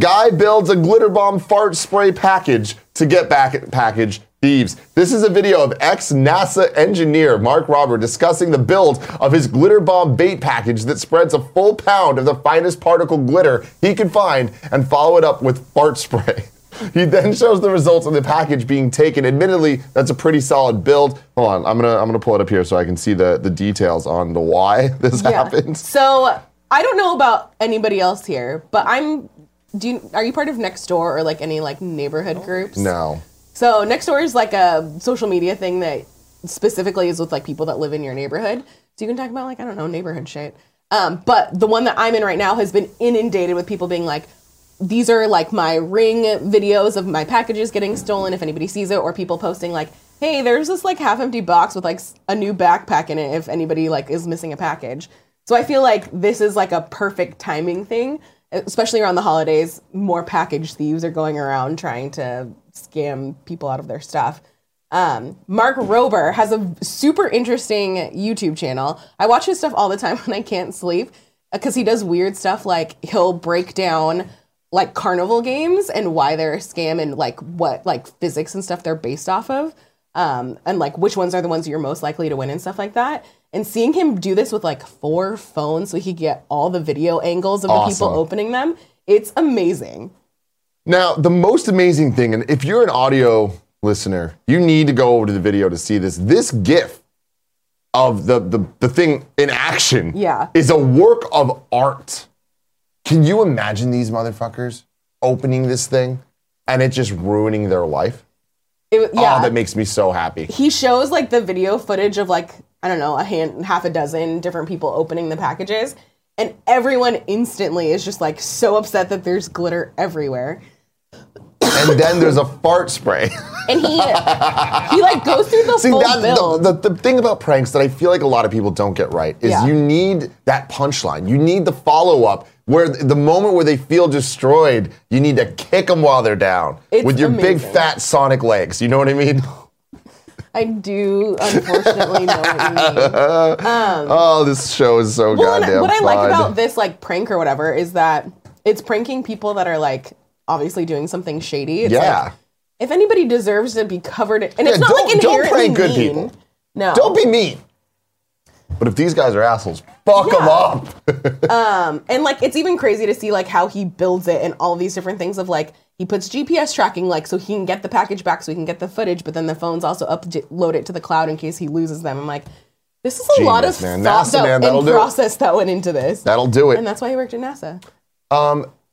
[SPEAKER 1] Guy builds a glitter bomb fart spray package to get back at package thieves. This is a video of ex NASA engineer Mark Robert discussing the build of his glitter bomb bait package that spreads a full pound of the finest particle glitter he could find and follow it up with fart spray. He then shows the results of the package being taken. Admittedly, that's a pretty solid build. Hold on, I'm gonna I'm gonna pull it up here so I can see the the details on the why this happens.
[SPEAKER 3] So I don't know about anybody else here, but I'm. Do you, are you part of Nextdoor or like any like neighborhood groups?
[SPEAKER 1] No.
[SPEAKER 3] So Nextdoor is like a social media thing that specifically is with like people that live in your neighborhood. So you can talk about like I don't know neighborhood shit. Um, but the one that I'm in right now has been inundated with people being like, these are like my ring videos of my packages getting stolen if anybody sees it, or people posting like, hey, there's this like half empty box with like s- a new backpack in it if anybody like is missing a package. So I feel like this is like a perfect timing thing, especially around the holidays. More package thieves are going around trying to scam people out of their stuff. Um, Mark Rober has a super interesting YouTube channel. I watch his stuff all the time when I can't sleep because he does weird stuff like he'll break down like carnival games and why they're a scam and like what like physics and stuff they're based off of um, and like which ones are the ones you're most likely to win and stuff like that. And seeing him do this with like four phones so he could get all the video angles of the
[SPEAKER 1] Awesome.
[SPEAKER 3] people opening them, it's amazing.
[SPEAKER 1] Now, the most amazing thing, and if you're an audio listener, you need to go over to the video to see this. This GIF of the the, the thing in action
[SPEAKER 3] Yeah.
[SPEAKER 1] is a work of art. Can you imagine these motherfuckers opening this thing and it just ruining their life?
[SPEAKER 3] It, yeah.
[SPEAKER 1] Oh, that makes me so happy.
[SPEAKER 3] he shows like the video footage of like I don't know a hand half a dozen different people opening the packages, and everyone instantly is just like so upset that there's glitter everywhere.
[SPEAKER 1] and then there's a fart spray.
[SPEAKER 3] And he he like goes through the
[SPEAKER 1] See,
[SPEAKER 3] full
[SPEAKER 1] that,
[SPEAKER 3] build.
[SPEAKER 1] the, the, the thing about pranks that I feel like a lot of people don't get right is
[SPEAKER 3] Yeah.
[SPEAKER 1] you need that punchline. You need the follow up where the moment where they feel destroyed, you need to kick them while they're down
[SPEAKER 3] It's
[SPEAKER 1] with your big
[SPEAKER 3] amazing.
[SPEAKER 1] fat Sonic legs. You know what I mean?
[SPEAKER 3] I do unfortunately know what you mean.
[SPEAKER 1] Oh, this show is so
[SPEAKER 3] Um, Well, and
[SPEAKER 1] goddamn
[SPEAKER 3] what I like
[SPEAKER 1] fun.
[SPEAKER 3] about this like prank or whatever is that it's pranking people that are like obviously doing something shady. It's
[SPEAKER 1] yeah.
[SPEAKER 3] like, if anybody deserves to be covered, in, and it's
[SPEAKER 1] Yeah,
[SPEAKER 3] not like
[SPEAKER 1] don't- don't
[SPEAKER 3] inherently
[SPEAKER 1] prank good
[SPEAKER 3] mean.
[SPEAKER 1] people.
[SPEAKER 3] No,
[SPEAKER 1] Don't be mean. But if these guys are assholes, fuck them
[SPEAKER 3] Yeah.
[SPEAKER 1] up.
[SPEAKER 3] and like it's even crazy to see like how he builds it and all these different things of like he puts GPS tracking like so he can get the package back so he can get the footage, but then the phones also upload it to the cloud in case he loses them. I'm like, this is a lot
[SPEAKER 1] Genius,
[SPEAKER 3] of
[SPEAKER 1] man.
[SPEAKER 3] thought
[SPEAKER 1] NASA,
[SPEAKER 3] that-
[SPEAKER 1] man, that'll
[SPEAKER 3] and
[SPEAKER 1] do it.
[SPEAKER 3] process that went into this,
[SPEAKER 1] That'll do
[SPEAKER 3] and
[SPEAKER 1] it.
[SPEAKER 3] that's why he worked at NASA.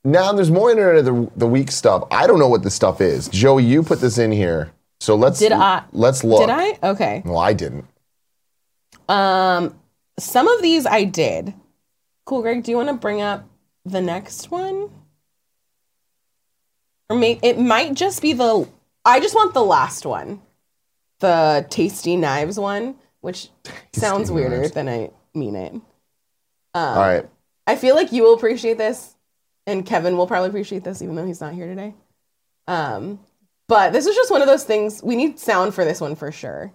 [SPEAKER 1] Now there's more internet of the, the week stuff. I don't know what this stuff is. Joey, you put this in here. So let's
[SPEAKER 3] Did I-
[SPEAKER 1] let's look.
[SPEAKER 3] Did I? Okay.
[SPEAKER 1] Well, I didn't.
[SPEAKER 3] Some of these I did. Cool, Greg. Do you want to bring up the next one? Or may, it might just be the. I just want the last one, the tasty knives one, which sounds weirder
[SPEAKER 1] knives.
[SPEAKER 3] than I mean it.
[SPEAKER 1] All right.
[SPEAKER 3] I feel like you will appreciate this, and Kevin will probably appreciate this, even though he's not here today. Um, but this is just one of those things. We need sound for this one for sure.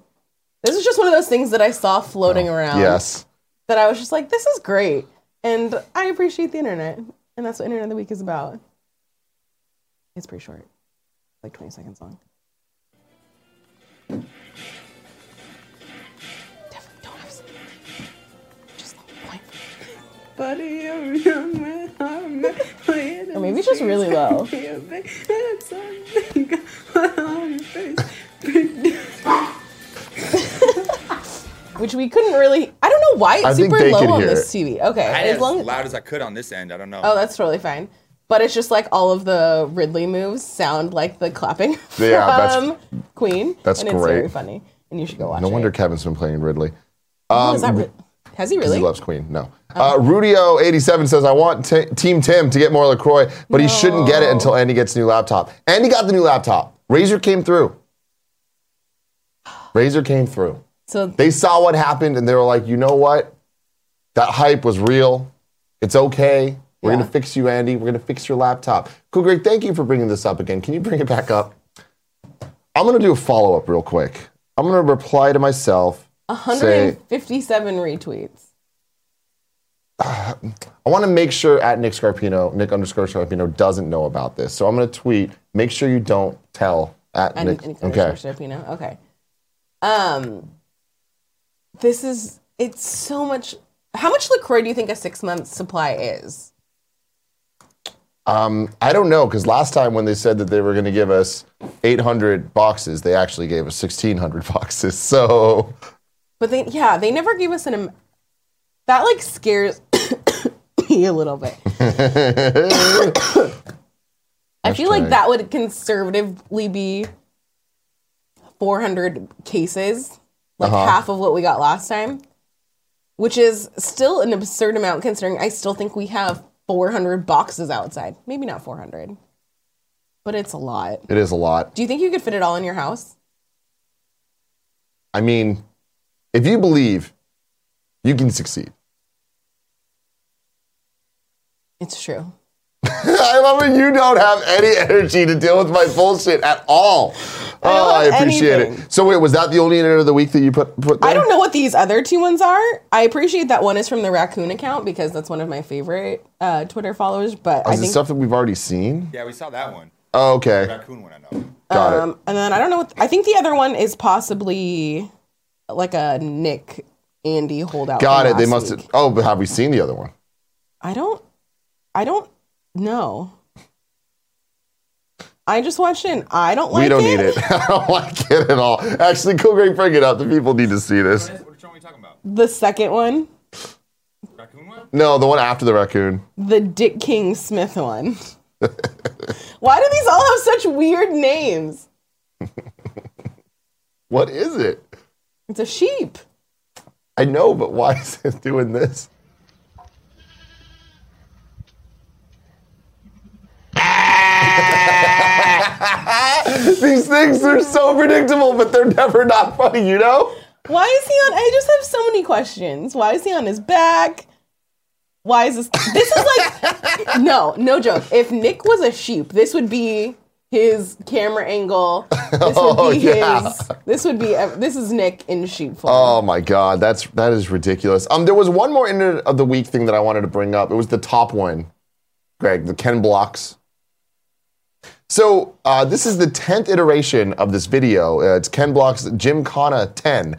[SPEAKER 3] This is just one of those things that I saw floating
[SPEAKER 1] Oh,
[SPEAKER 3] around
[SPEAKER 1] yes.
[SPEAKER 3] that I was just like, this is great. And I appreciate the internet. And that's what Internet of the Week is about. It's pretty short, like 20 seconds long. Definitely don't have just like
[SPEAKER 6] Buddy, I'm your man. I'm not playing.
[SPEAKER 3] Or Oh, maybe it's just really low.
[SPEAKER 6] That's something on your face. Big
[SPEAKER 3] Which we couldn't really, I don't know why it's
[SPEAKER 1] I think
[SPEAKER 3] super
[SPEAKER 1] they
[SPEAKER 3] low
[SPEAKER 1] could
[SPEAKER 3] on
[SPEAKER 1] hear
[SPEAKER 3] this TV. Okay.
[SPEAKER 5] I had it
[SPEAKER 3] As
[SPEAKER 5] as
[SPEAKER 3] long
[SPEAKER 5] loud as I could on this end. I don't know.
[SPEAKER 3] oh, that's totally fine. But it's just like all of the Ridley moves sound like the clapping from
[SPEAKER 1] Yeah, that's-
[SPEAKER 3] Queen.
[SPEAKER 1] that's
[SPEAKER 3] and it's very
[SPEAKER 1] great.
[SPEAKER 3] funny. And you should go watch
[SPEAKER 1] No
[SPEAKER 3] it.
[SPEAKER 1] wonder Kevin's been playing Ridley.
[SPEAKER 3] Oh, is that re- has he really?
[SPEAKER 1] He loves Queen. No. Uh, Rudio87 says, I want t- Team Tim to get more LaCroix, but he shouldn't get it until Andy gets a new laptop. Andy got the new laptop. Razor came through. Razor came through.
[SPEAKER 3] so
[SPEAKER 1] They saw what happened and they were like, you know what? That hype was real. It's okay. We're going
[SPEAKER 3] Yeah.
[SPEAKER 1] to fix you, Andy. We're going to fix your laptop. Cool, Greg, thank you for bringing this up again. Can you bring it back up? I'm going to do a follow up real quick. I'm going to reply to myself.
[SPEAKER 3] 157 retweets.
[SPEAKER 1] I want to make sure at Nick Scarpino, Nick underscore Scarpino doesn't know about this. So I'm going to tweet. Make sure you don't tell at
[SPEAKER 3] And
[SPEAKER 1] Nick.
[SPEAKER 3] Nick
[SPEAKER 1] okay.
[SPEAKER 3] Sharp, you know? Okay. Um, this is it's so much. How much Lacroix do you think a six month supply is?
[SPEAKER 1] Um, I don't know because last time when they said that they were going to give us 800 boxes, they actually gave us 1,600 boxes. So
[SPEAKER 3] But they yeah they never gave us an. am- That like scares me a little bit. I feel like
[SPEAKER 1] Hashtag.
[SPEAKER 3] that would conservatively be 400 cases, like
[SPEAKER 1] Uh-huh.
[SPEAKER 3] half of what we got last time, which is still an absurd amount considering I still think we have 400 boxes outside. Maybe not 400, but it's a lot.
[SPEAKER 1] it is a lot.
[SPEAKER 3] Do you think you could fit it all in your house?
[SPEAKER 1] I mean, if you believe, you can succeed.
[SPEAKER 3] It's true.
[SPEAKER 1] I love when you don't have any energy to deal with my bullshit at all. Oh, I
[SPEAKER 3] have
[SPEAKER 1] appreciate
[SPEAKER 3] anything.
[SPEAKER 1] it. So wait, was that the only internet of the week that you put put? There?
[SPEAKER 3] I don't know what these other two ones are. I appreciate that one is from the raccoon account because that's one of my favorite uh, Twitter followers, but I
[SPEAKER 1] Oh, Is it
[SPEAKER 3] think
[SPEAKER 1] stuff that we've already seen?
[SPEAKER 5] Yeah, we saw that one.
[SPEAKER 1] Oh, okay,
[SPEAKER 5] Raccoon one, I know.
[SPEAKER 1] got it.
[SPEAKER 3] Um, and then I don't know. What I think the other one is possibly like a Nick Andy holdout.
[SPEAKER 1] Got
[SPEAKER 3] from
[SPEAKER 1] it. They
[SPEAKER 3] last
[SPEAKER 1] must
[SPEAKER 3] week.
[SPEAKER 1] have. Oh, but have we seen the other one?
[SPEAKER 3] I don't. I don't know. I just watched it. and I don't like
[SPEAKER 1] we don't
[SPEAKER 3] it.
[SPEAKER 1] need it. I don't like it at all. Actually, cool, great, bring it up. The people need to see this.
[SPEAKER 5] What which one are we talking about?
[SPEAKER 3] The second one,
[SPEAKER 5] Raccoon one?
[SPEAKER 1] No, the one after the raccoon.
[SPEAKER 3] the Dick King Smith one. Why do these all have such weird names?
[SPEAKER 1] What is it?
[SPEAKER 3] It's a sheep.
[SPEAKER 1] I know, but why is it doing this? These things are so predictable, but they're never not funny, you know?
[SPEAKER 3] Why is he on? I just have so many questions. Why is he on his back? Why is this? This is like no, no joke. If Nick was a sheep, this would be his camera angle. This would
[SPEAKER 1] Oh,
[SPEAKER 3] be
[SPEAKER 1] yeah.
[SPEAKER 3] his. This would be ev- this is Nick in sheep form.
[SPEAKER 1] Oh my God, that's that is ridiculous. Um, there was one more end of the week thing that I wanted to bring up. It was the top one, Greg, the Ken Blocks. So uh, this is the tenth iteration of this video. Uh, it's Ken Blocks Jim Kana Ten.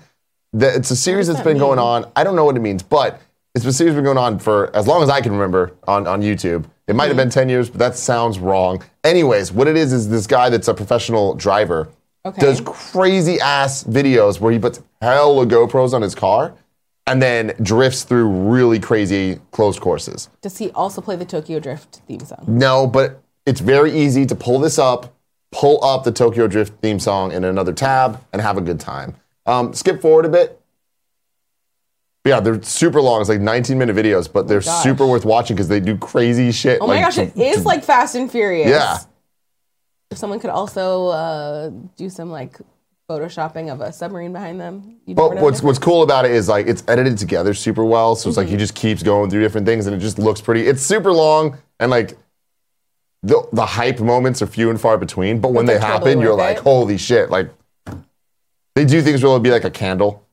[SPEAKER 1] The, it's a series
[SPEAKER 3] does
[SPEAKER 1] that's
[SPEAKER 3] that
[SPEAKER 1] been going
[SPEAKER 3] mean?
[SPEAKER 1] on. I don't know what it means, but it's a series been going on for as long as I can remember on on YouTube. It might have
[SPEAKER 3] Hmm.
[SPEAKER 1] been ten years, but that sounds wrong. Anyways, what it is is this guy that's a professional driver
[SPEAKER 3] Okay.
[SPEAKER 1] does crazy ass videos where he puts hella GoPros on his car and then drifts through really crazy closed courses.
[SPEAKER 3] Does he also play the Tokyo Drift theme song?
[SPEAKER 1] No, but it's very easy to pull this up, pull up the Tokyo Drift theme song in another tab, and have a good time. Um, skip forward a bit. Yeah, they're super long. It's like 19 minute videos, but they're
[SPEAKER 3] Oh gosh.
[SPEAKER 1] super worth watching because they do crazy shit.
[SPEAKER 3] Oh my gosh, it is like Fast and Furious.
[SPEAKER 1] Yeah.
[SPEAKER 3] If someone could also uh, do some like photoshopping of a submarine behind them, you'd never
[SPEAKER 1] But
[SPEAKER 3] know
[SPEAKER 1] what's
[SPEAKER 3] the difference.
[SPEAKER 1] what's cool about it is like it's edited together super well, so it's
[SPEAKER 3] Mm-hmm.
[SPEAKER 1] like he just keeps going through different things, and it just looks pretty. It's super long, and like the the hype moments are few and far between. But when
[SPEAKER 3] But
[SPEAKER 1] they
[SPEAKER 3] they're
[SPEAKER 1] happen,
[SPEAKER 3] totally
[SPEAKER 1] you're
[SPEAKER 3] worth
[SPEAKER 1] like,
[SPEAKER 3] it.
[SPEAKER 1] holy shit! Like they do things where it'll be like a candle,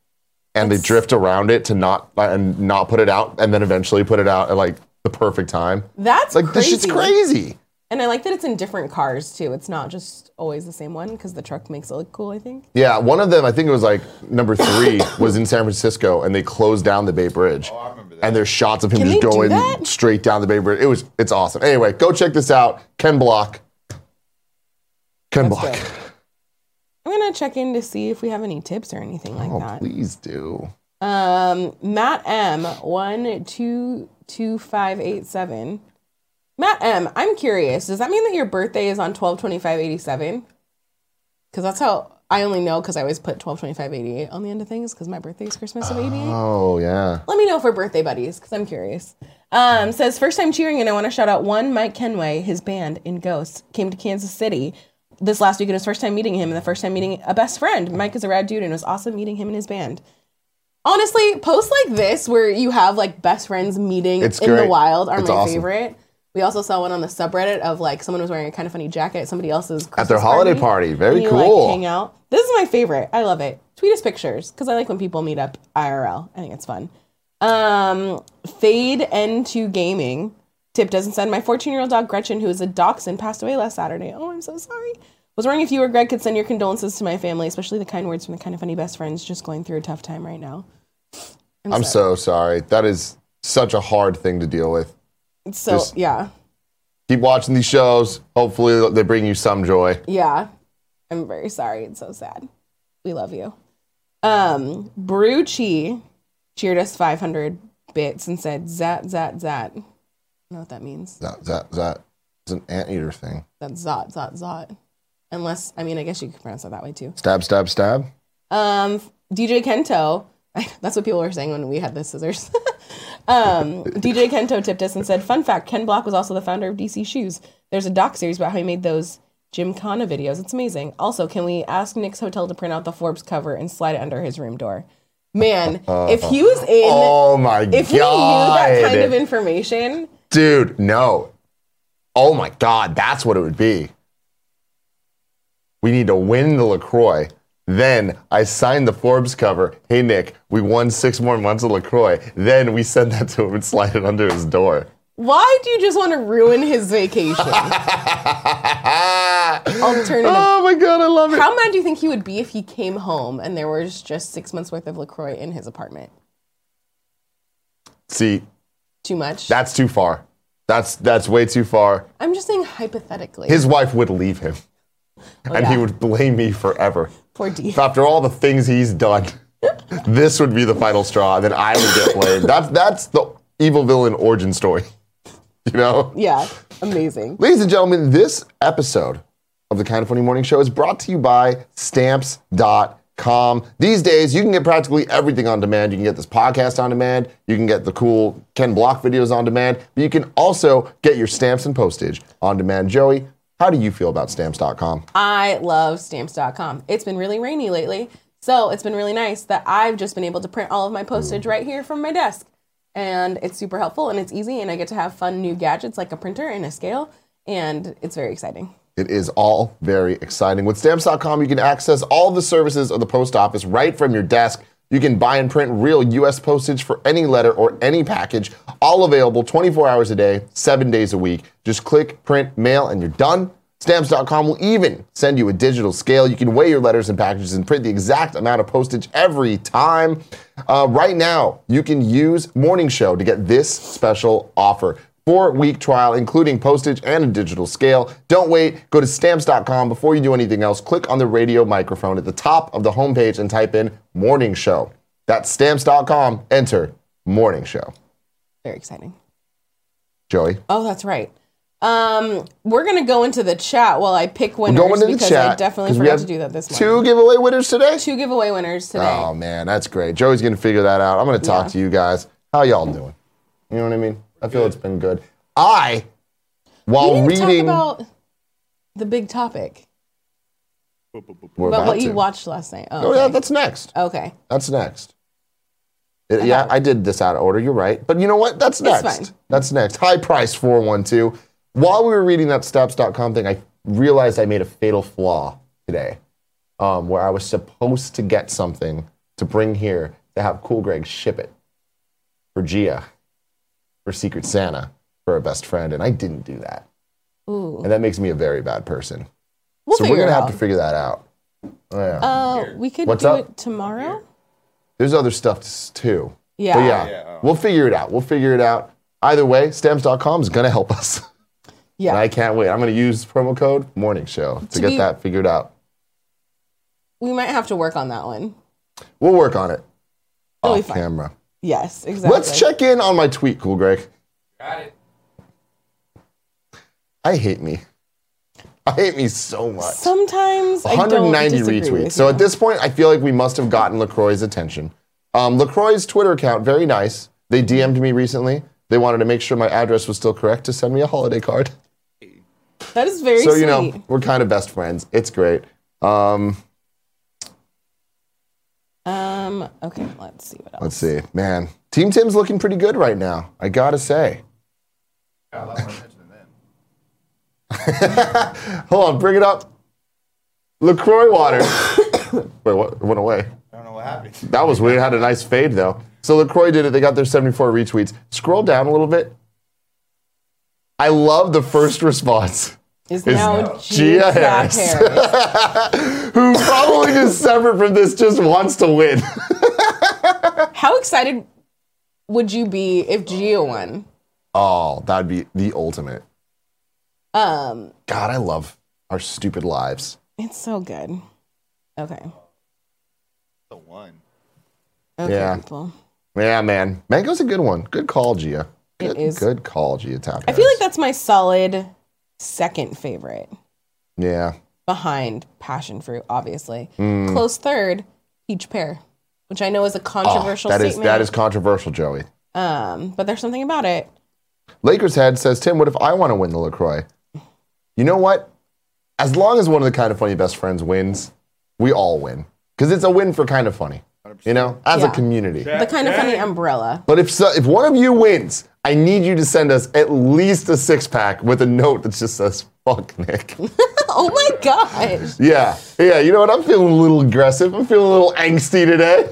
[SPEAKER 1] and they
[SPEAKER 3] That's-
[SPEAKER 1] drift around it to not and not put it out, and then eventually put it out at like the perfect time.
[SPEAKER 3] that's
[SPEAKER 1] Like
[SPEAKER 3] crazy.
[SPEAKER 1] this shit's crazy.
[SPEAKER 3] And I like that it's in different cars too. It's not just always the same one because the truck makes it look cool. I think.
[SPEAKER 1] Yeah, one of them, I think it was like number three, was in San Francisco, and they closed down the Bay Bridge.
[SPEAKER 5] Oh, I remember that.
[SPEAKER 1] and there's shots of him
[SPEAKER 3] Can
[SPEAKER 1] just
[SPEAKER 3] they do
[SPEAKER 1] going
[SPEAKER 3] that?
[SPEAKER 1] straight down the Bay Bridge. It was it's awesome. Anyway, go check this out. Ken Block. Ken Block.
[SPEAKER 3] good. I'm gonna check in to see if we have any tips or anything like
[SPEAKER 1] Oh,
[SPEAKER 3] that.
[SPEAKER 1] please do.
[SPEAKER 3] Um, Matt M one two two five eight seven. Matt M, I'm curious. Does that mean that your birthday is on twelve twenty five eighty seven? Because that's how I only know because I always put twelve twenty five eighty eight on the end of things because my birthday is Christmas of eighty eight.
[SPEAKER 1] Oh yeah.
[SPEAKER 3] Let me know if we're birthday buddies because I'm curious. Um, says first time cheering, and I want to shout out one Mike Kenway. His band in Ghost came to Kansas City this last week, and it was first time meeting him, and the first time meeting a best friend. Mike is a rad dude, and it was awesome meeting him and his band. Honestly, posts like this where you have like best friends meeting
[SPEAKER 1] It's
[SPEAKER 3] in the
[SPEAKER 1] great.
[SPEAKER 3] wild are
[SPEAKER 1] It's
[SPEAKER 3] my
[SPEAKER 1] awesome.
[SPEAKER 3] favorite. We also saw one on the subreddit of like someone was wearing a kind of funny jacket at somebody else's Christmas
[SPEAKER 1] At their holiday party. Very
[SPEAKER 3] and you,
[SPEAKER 1] cool.
[SPEAKER 3] Like, hang out. This is my favorite. I love it. Tweet us pictures because I like when people meet up IRL. I think it's fun. Um, fade into gaming. Tip doesn't send my 14 year old dog Gretchen, who is a dachshund, passed away last Saturday. Oh, I'm so sorry. Was wondering if you or Greg could send your condolences to my family, especially the kind words from the kind of funny best friends just going through a tough time right now.
[SPEAKER 1] I'm so sorry. That is such a hard thing to deal with.
[SPEAKER 3] So,
[SPEAKER 1] Just-
[SPEAKER 3] yeah.
[SPEAKER 1] Keep watching these shows. Hopefully they bring you some joy.
[SPEAKER 3] Yeah. I'm very sorry. It's so sad. We love you. Um, Brucey cheered us 500 bits and said, Zat, Zat, Zat. I don't know what that means.
[SPEAKER 1] That that that is an anteater thing.
[SPEAKER 3] That's Zot, Zot, Zot. Unless, I mean, I guess you could pronounce it that way too.
[SPEAKER 1] Stab, stab, stab.
[SPEAKER 3] Um, DJ Kento, that's what people were saying when we had the scissors. um, DJ Kento tipped us and said, "Fun fact: Ken Block was also the founder of DC Shoes. There's a doc series about how he made those Jim Connor videos. It's amazing. Also, can we ask Nick's hotel to print out the Forbes cover and slide it under his room door? Man, if he was in,
[SPEAKER 1] Oh my god.
[SPEAKER 3] if we knew that kind of information,
[SPEAKER 1] Dude, no. Oh my God, that's what it would be. We need to win the LaCroix. Then I signed the Forbes cover. Hey, Nick, we won six more months of LaCroix. Then we send that to him and slide it under his door.
[SPEAKER 3] why do you just want to ruin his vacation? Alternative.
[SPEAKER 1] Oh my God, I love it.
[SPEAKER 3] How mad do you think he would be if he came home and there was just six months worth of LaCroix in his apartment?
[SPEAKER 1] See,
[SPEAKER 3] Too much?
[SPEAKER 1] that's too far. That's that's way too far.
[SPEAKER 3] I'm just saying hypothetically.
[SPEAKER 1] His wife would leave him, and he
[SPEAKER 3] Oh, yeah.
[SPEAKER 1] would blame me forever.
[SPEAKER 3] Poor D.
[SPEAKER 1] after all the things he's done, this would be the final straw, and then I would get blamed. That's that's the evil villain origin story. You know?
[SPEAKER 3] Yeah, amazing.
[SPEAKER 1] Ladies and gentlemen, this episode of the Kind of Funny Morning Show is brought to you by stamps.com. These days, you can get practically everything on demand. You can get this podcast on demand. You can get the cool Ken Block videos on demand. But you can also get your stamps and postage on demand. Joey, how do you feel about stamps.com?
[SPEAKER 3] I love stamps.com. It's been really rainy lately, so it's been really nice that I've just been able to print all of my postage right here from my desk. and it's super helpful and it's easy and I get to have fun new gadgets like a printer and a scale and it's very exciting.
[SPEAKER 1] It is all very exciting. With stamps.com, you can access all the services of the post office right from your desk. You can buy and print real U.S. postage for any letter or any package, all available 24 hours a day, seven days a week. Just click, print, mail, and you're done. Stamps.com will even send you a digital scale. You can weigh your letters and packages and print the exact amount of postage every time. Uh, right now, you can use Morning Show to get this special offer four week trial, including postage and a digital scale. Don't wait. Go to stamps.com before you do anything else. Click on the radio microphone at the top of the homepage and type in morning show. That's stamps.com. Enter morning show.
[SPEAKER 3] Very exciting.
[SPEAKER 1] Joey.
[SPEAKER 3] Oh, that's right. Um, we're gonna go into the chat while I pick winners
[SPEAKER 1] Going into the
[SPEAKER 3] because
[SPEAKER 1] chat.
[SPEAKER 3] I definitely
[SPEAKER 1] 'cause we
[SPEAKER 3] forgot
[SPEAKER 1] have
[SPEAKER 3] to do that this morning.
[SPEAKER 1] Two giveaway winners today?
[SPEAKER 3] Two giveaway winners today.
[SPEAKER 1] Oh, man. That's great. Joey's going to figure that out. I'm going to talk
[SPEAKER 3] Yeah.
[SPEAKER 1] to you guys. How y'all doing? You know what I mean? I feel it's been good. I,
[SPEAKER 3] we
[SPEAKER 1] while
[SPEAKER 3] didn't
[SPEAKER 1] Oh, reading.
[SPEAKER 3] talk about the big topic,
[SPEAKER 1] we're
[SPEAKER 3] about
[SPEAKER 1] about
[SPEAKER 3] what you
[SPEAKER 1] to.
[SPEAKER 3] watched last night. Oh,
[SPEAKER 1] Oh, yeah.
[SPEAKER 3] okay.
[SPEAKER 1] That's next.
[SPEAKER 3] okay.
[SPEAKER 1] That's next. Uh, yeah, I did this out of order. You're right. But you know what? That's next.
[SPEAKER 3] fine.
[SPEAKER 1] That's next. High price 412. While we were reading that stamps.com thing, I realized I made a fatal flaw today um, where I was supposed to get something to bring here to have Cool Greg ship it for Gia, for Secret Santa, for our best friend. And I didn't do that.
[SPEAKER 3] Ooh,
[SPEAKER 1] And that makes me a very bad person.
[SPEAKER 3] we'll
[SPEAKER 1] so we're
[SPEAKER 3] figure
[SPEAKER 1] going
[SPEAKER 3] it
[SPEAKER 1] to
[SPEAKER 3] out.
[SPEAKER 1] have to figure that out. Oh, Yeah.
[SPEAKER 3] uh, we could
[SPEAKER 1] What's
[SPEAKER 3] do
[SPEAKER 1] up?
[SPEAKER 3] it tomorrow.
[SPEAKER 1] There's other stuff s- too.
[SPEAKER 3] Yeah.
[SPEAKER 1] But yeah,
[SPEAKER 5] Yeah, oh.
[SPEAKER 1] we'll figure it out. We'll figure it out. Either way, stamps.com is going to help us.
[SPEAKER 3] Yeah.
[SPEAKER 1] And I can't wait. I'm going to use promo code morning show to
[SPEAKER 3] To
[SPEAKER 1] get
[SPEAKER 3] be-
[SPEAKER 1] that figured out.
[SPEAKER 3] we might have to work on that one.
[SPEAKER 1] We'll work on it
[SPEAKER 3] It'll be
[SPEAKER 1] off
[SPEAKER 3] fine.
[SPEAKER 1] camera.
[SPEAKER 3] Yes, exactly.
[SPEAKER 1] Let's check in on my tweet, Cool Greg.
[SPEAKER 5] Got it.
[SPEAKER 1] I hate me. I hate me so much.
[SPEAKER 3] Sometimes I don't
[SPEAKER 1] 190
[SPEAKER 3] disagree with
[SPEAKER 1] retweets. So
[SPEAKER 3] you.
[SPEAKER 1] at this point, I feel like we must have gotten LaCroix's attention. Um, LaCroix's Twitter account, very nice. They DM'd me recently. They wanted to make sure my address was still correct to send me a holiday card.
[SPEAKER 3] that is very
[SPEAKER 1] so
[SPEAKER 3] sweet.
[SPEAKER 1] you know we're kind of best friends it's great um,
[SPEAKER 3] um, okay, let's see what else.
[SPEAKER 1] let's see man team tim's looking pretty good right now i gotta say
[SPEAKER 5] Got a lot more attention than them.
[SPEAKER 1] hold on bring it up lacroix water wait what it went away
[SPEAKER 5] I don't know what happened.
[SPEAKER 1] that was weird had a nice fade though so lacroix did it they got their 74 retweets scroll down a little bit i love the first response
[SPEAKER 3] Is
[SPEAKER 1] Gia
[SPEAKER 3] now Gia
[SPEAKER 1] Harris.
[SPEAKER 3] Harris.
[SPEAKER 1] who probably is separate from this just wants to win
[SPEAKER 3] How excited would you be if Gia won?
[SPEAKER 1] oh that'd be the ultimate
[SPEAKER 3] Um,
[SPEAKER 1] god i love our stupid lives
[SPEAKER 3] it's so good. Okay.
[SPEAKER 5] The one.
[SPEAKER 3] Okay,
[SPEAKER 1] Yeah.
[SPEAKER 3] people.
[SPEAKER 1] Yeah, man. Mango's a good one. Good call, Gia. Good,
[SPEAKER 3] It is.
[SPEAKER 1] Good call, Gia Tap.
[SPEAKER 3] I feel like that's my solid second favorite
[SPEAKER 1] Yeah.
[SPEAKER 3] behind passion fruit, obviously.
[SPEAKER 1] Mm.
[SPEAKER 3] Close third, peach pear, which I know is a controversial
[SPEAKER 1] Ah, That is
[SPEAKER 3] statement.
[SPEAKER 1] that is controversial, Joey.
[SPEAKER 3] um, but there's something about it.
[SPEAKER 1] Lakers head says, Tim, what if I want to win the LaCroix? You know what? As long as one of the kind of funny best friends wins, we all win. Because it's a win for kind of funny. You know, as a
[SPEAKER 3] Yeah.
[SPEAKER 1] community.
[SPEAKER 3] The kind of funny umbrella.
[SPEAKER 1] But if so, if one of you wins, I need you to send us at least a six pack with a note that just says "fuck Nick."
[SPEAKER 3] Oh my gosh.
[SPEAKER 1] yeah, yeah. You know what? I'm feeling a little aggressive. I'm feeling a little angsty today.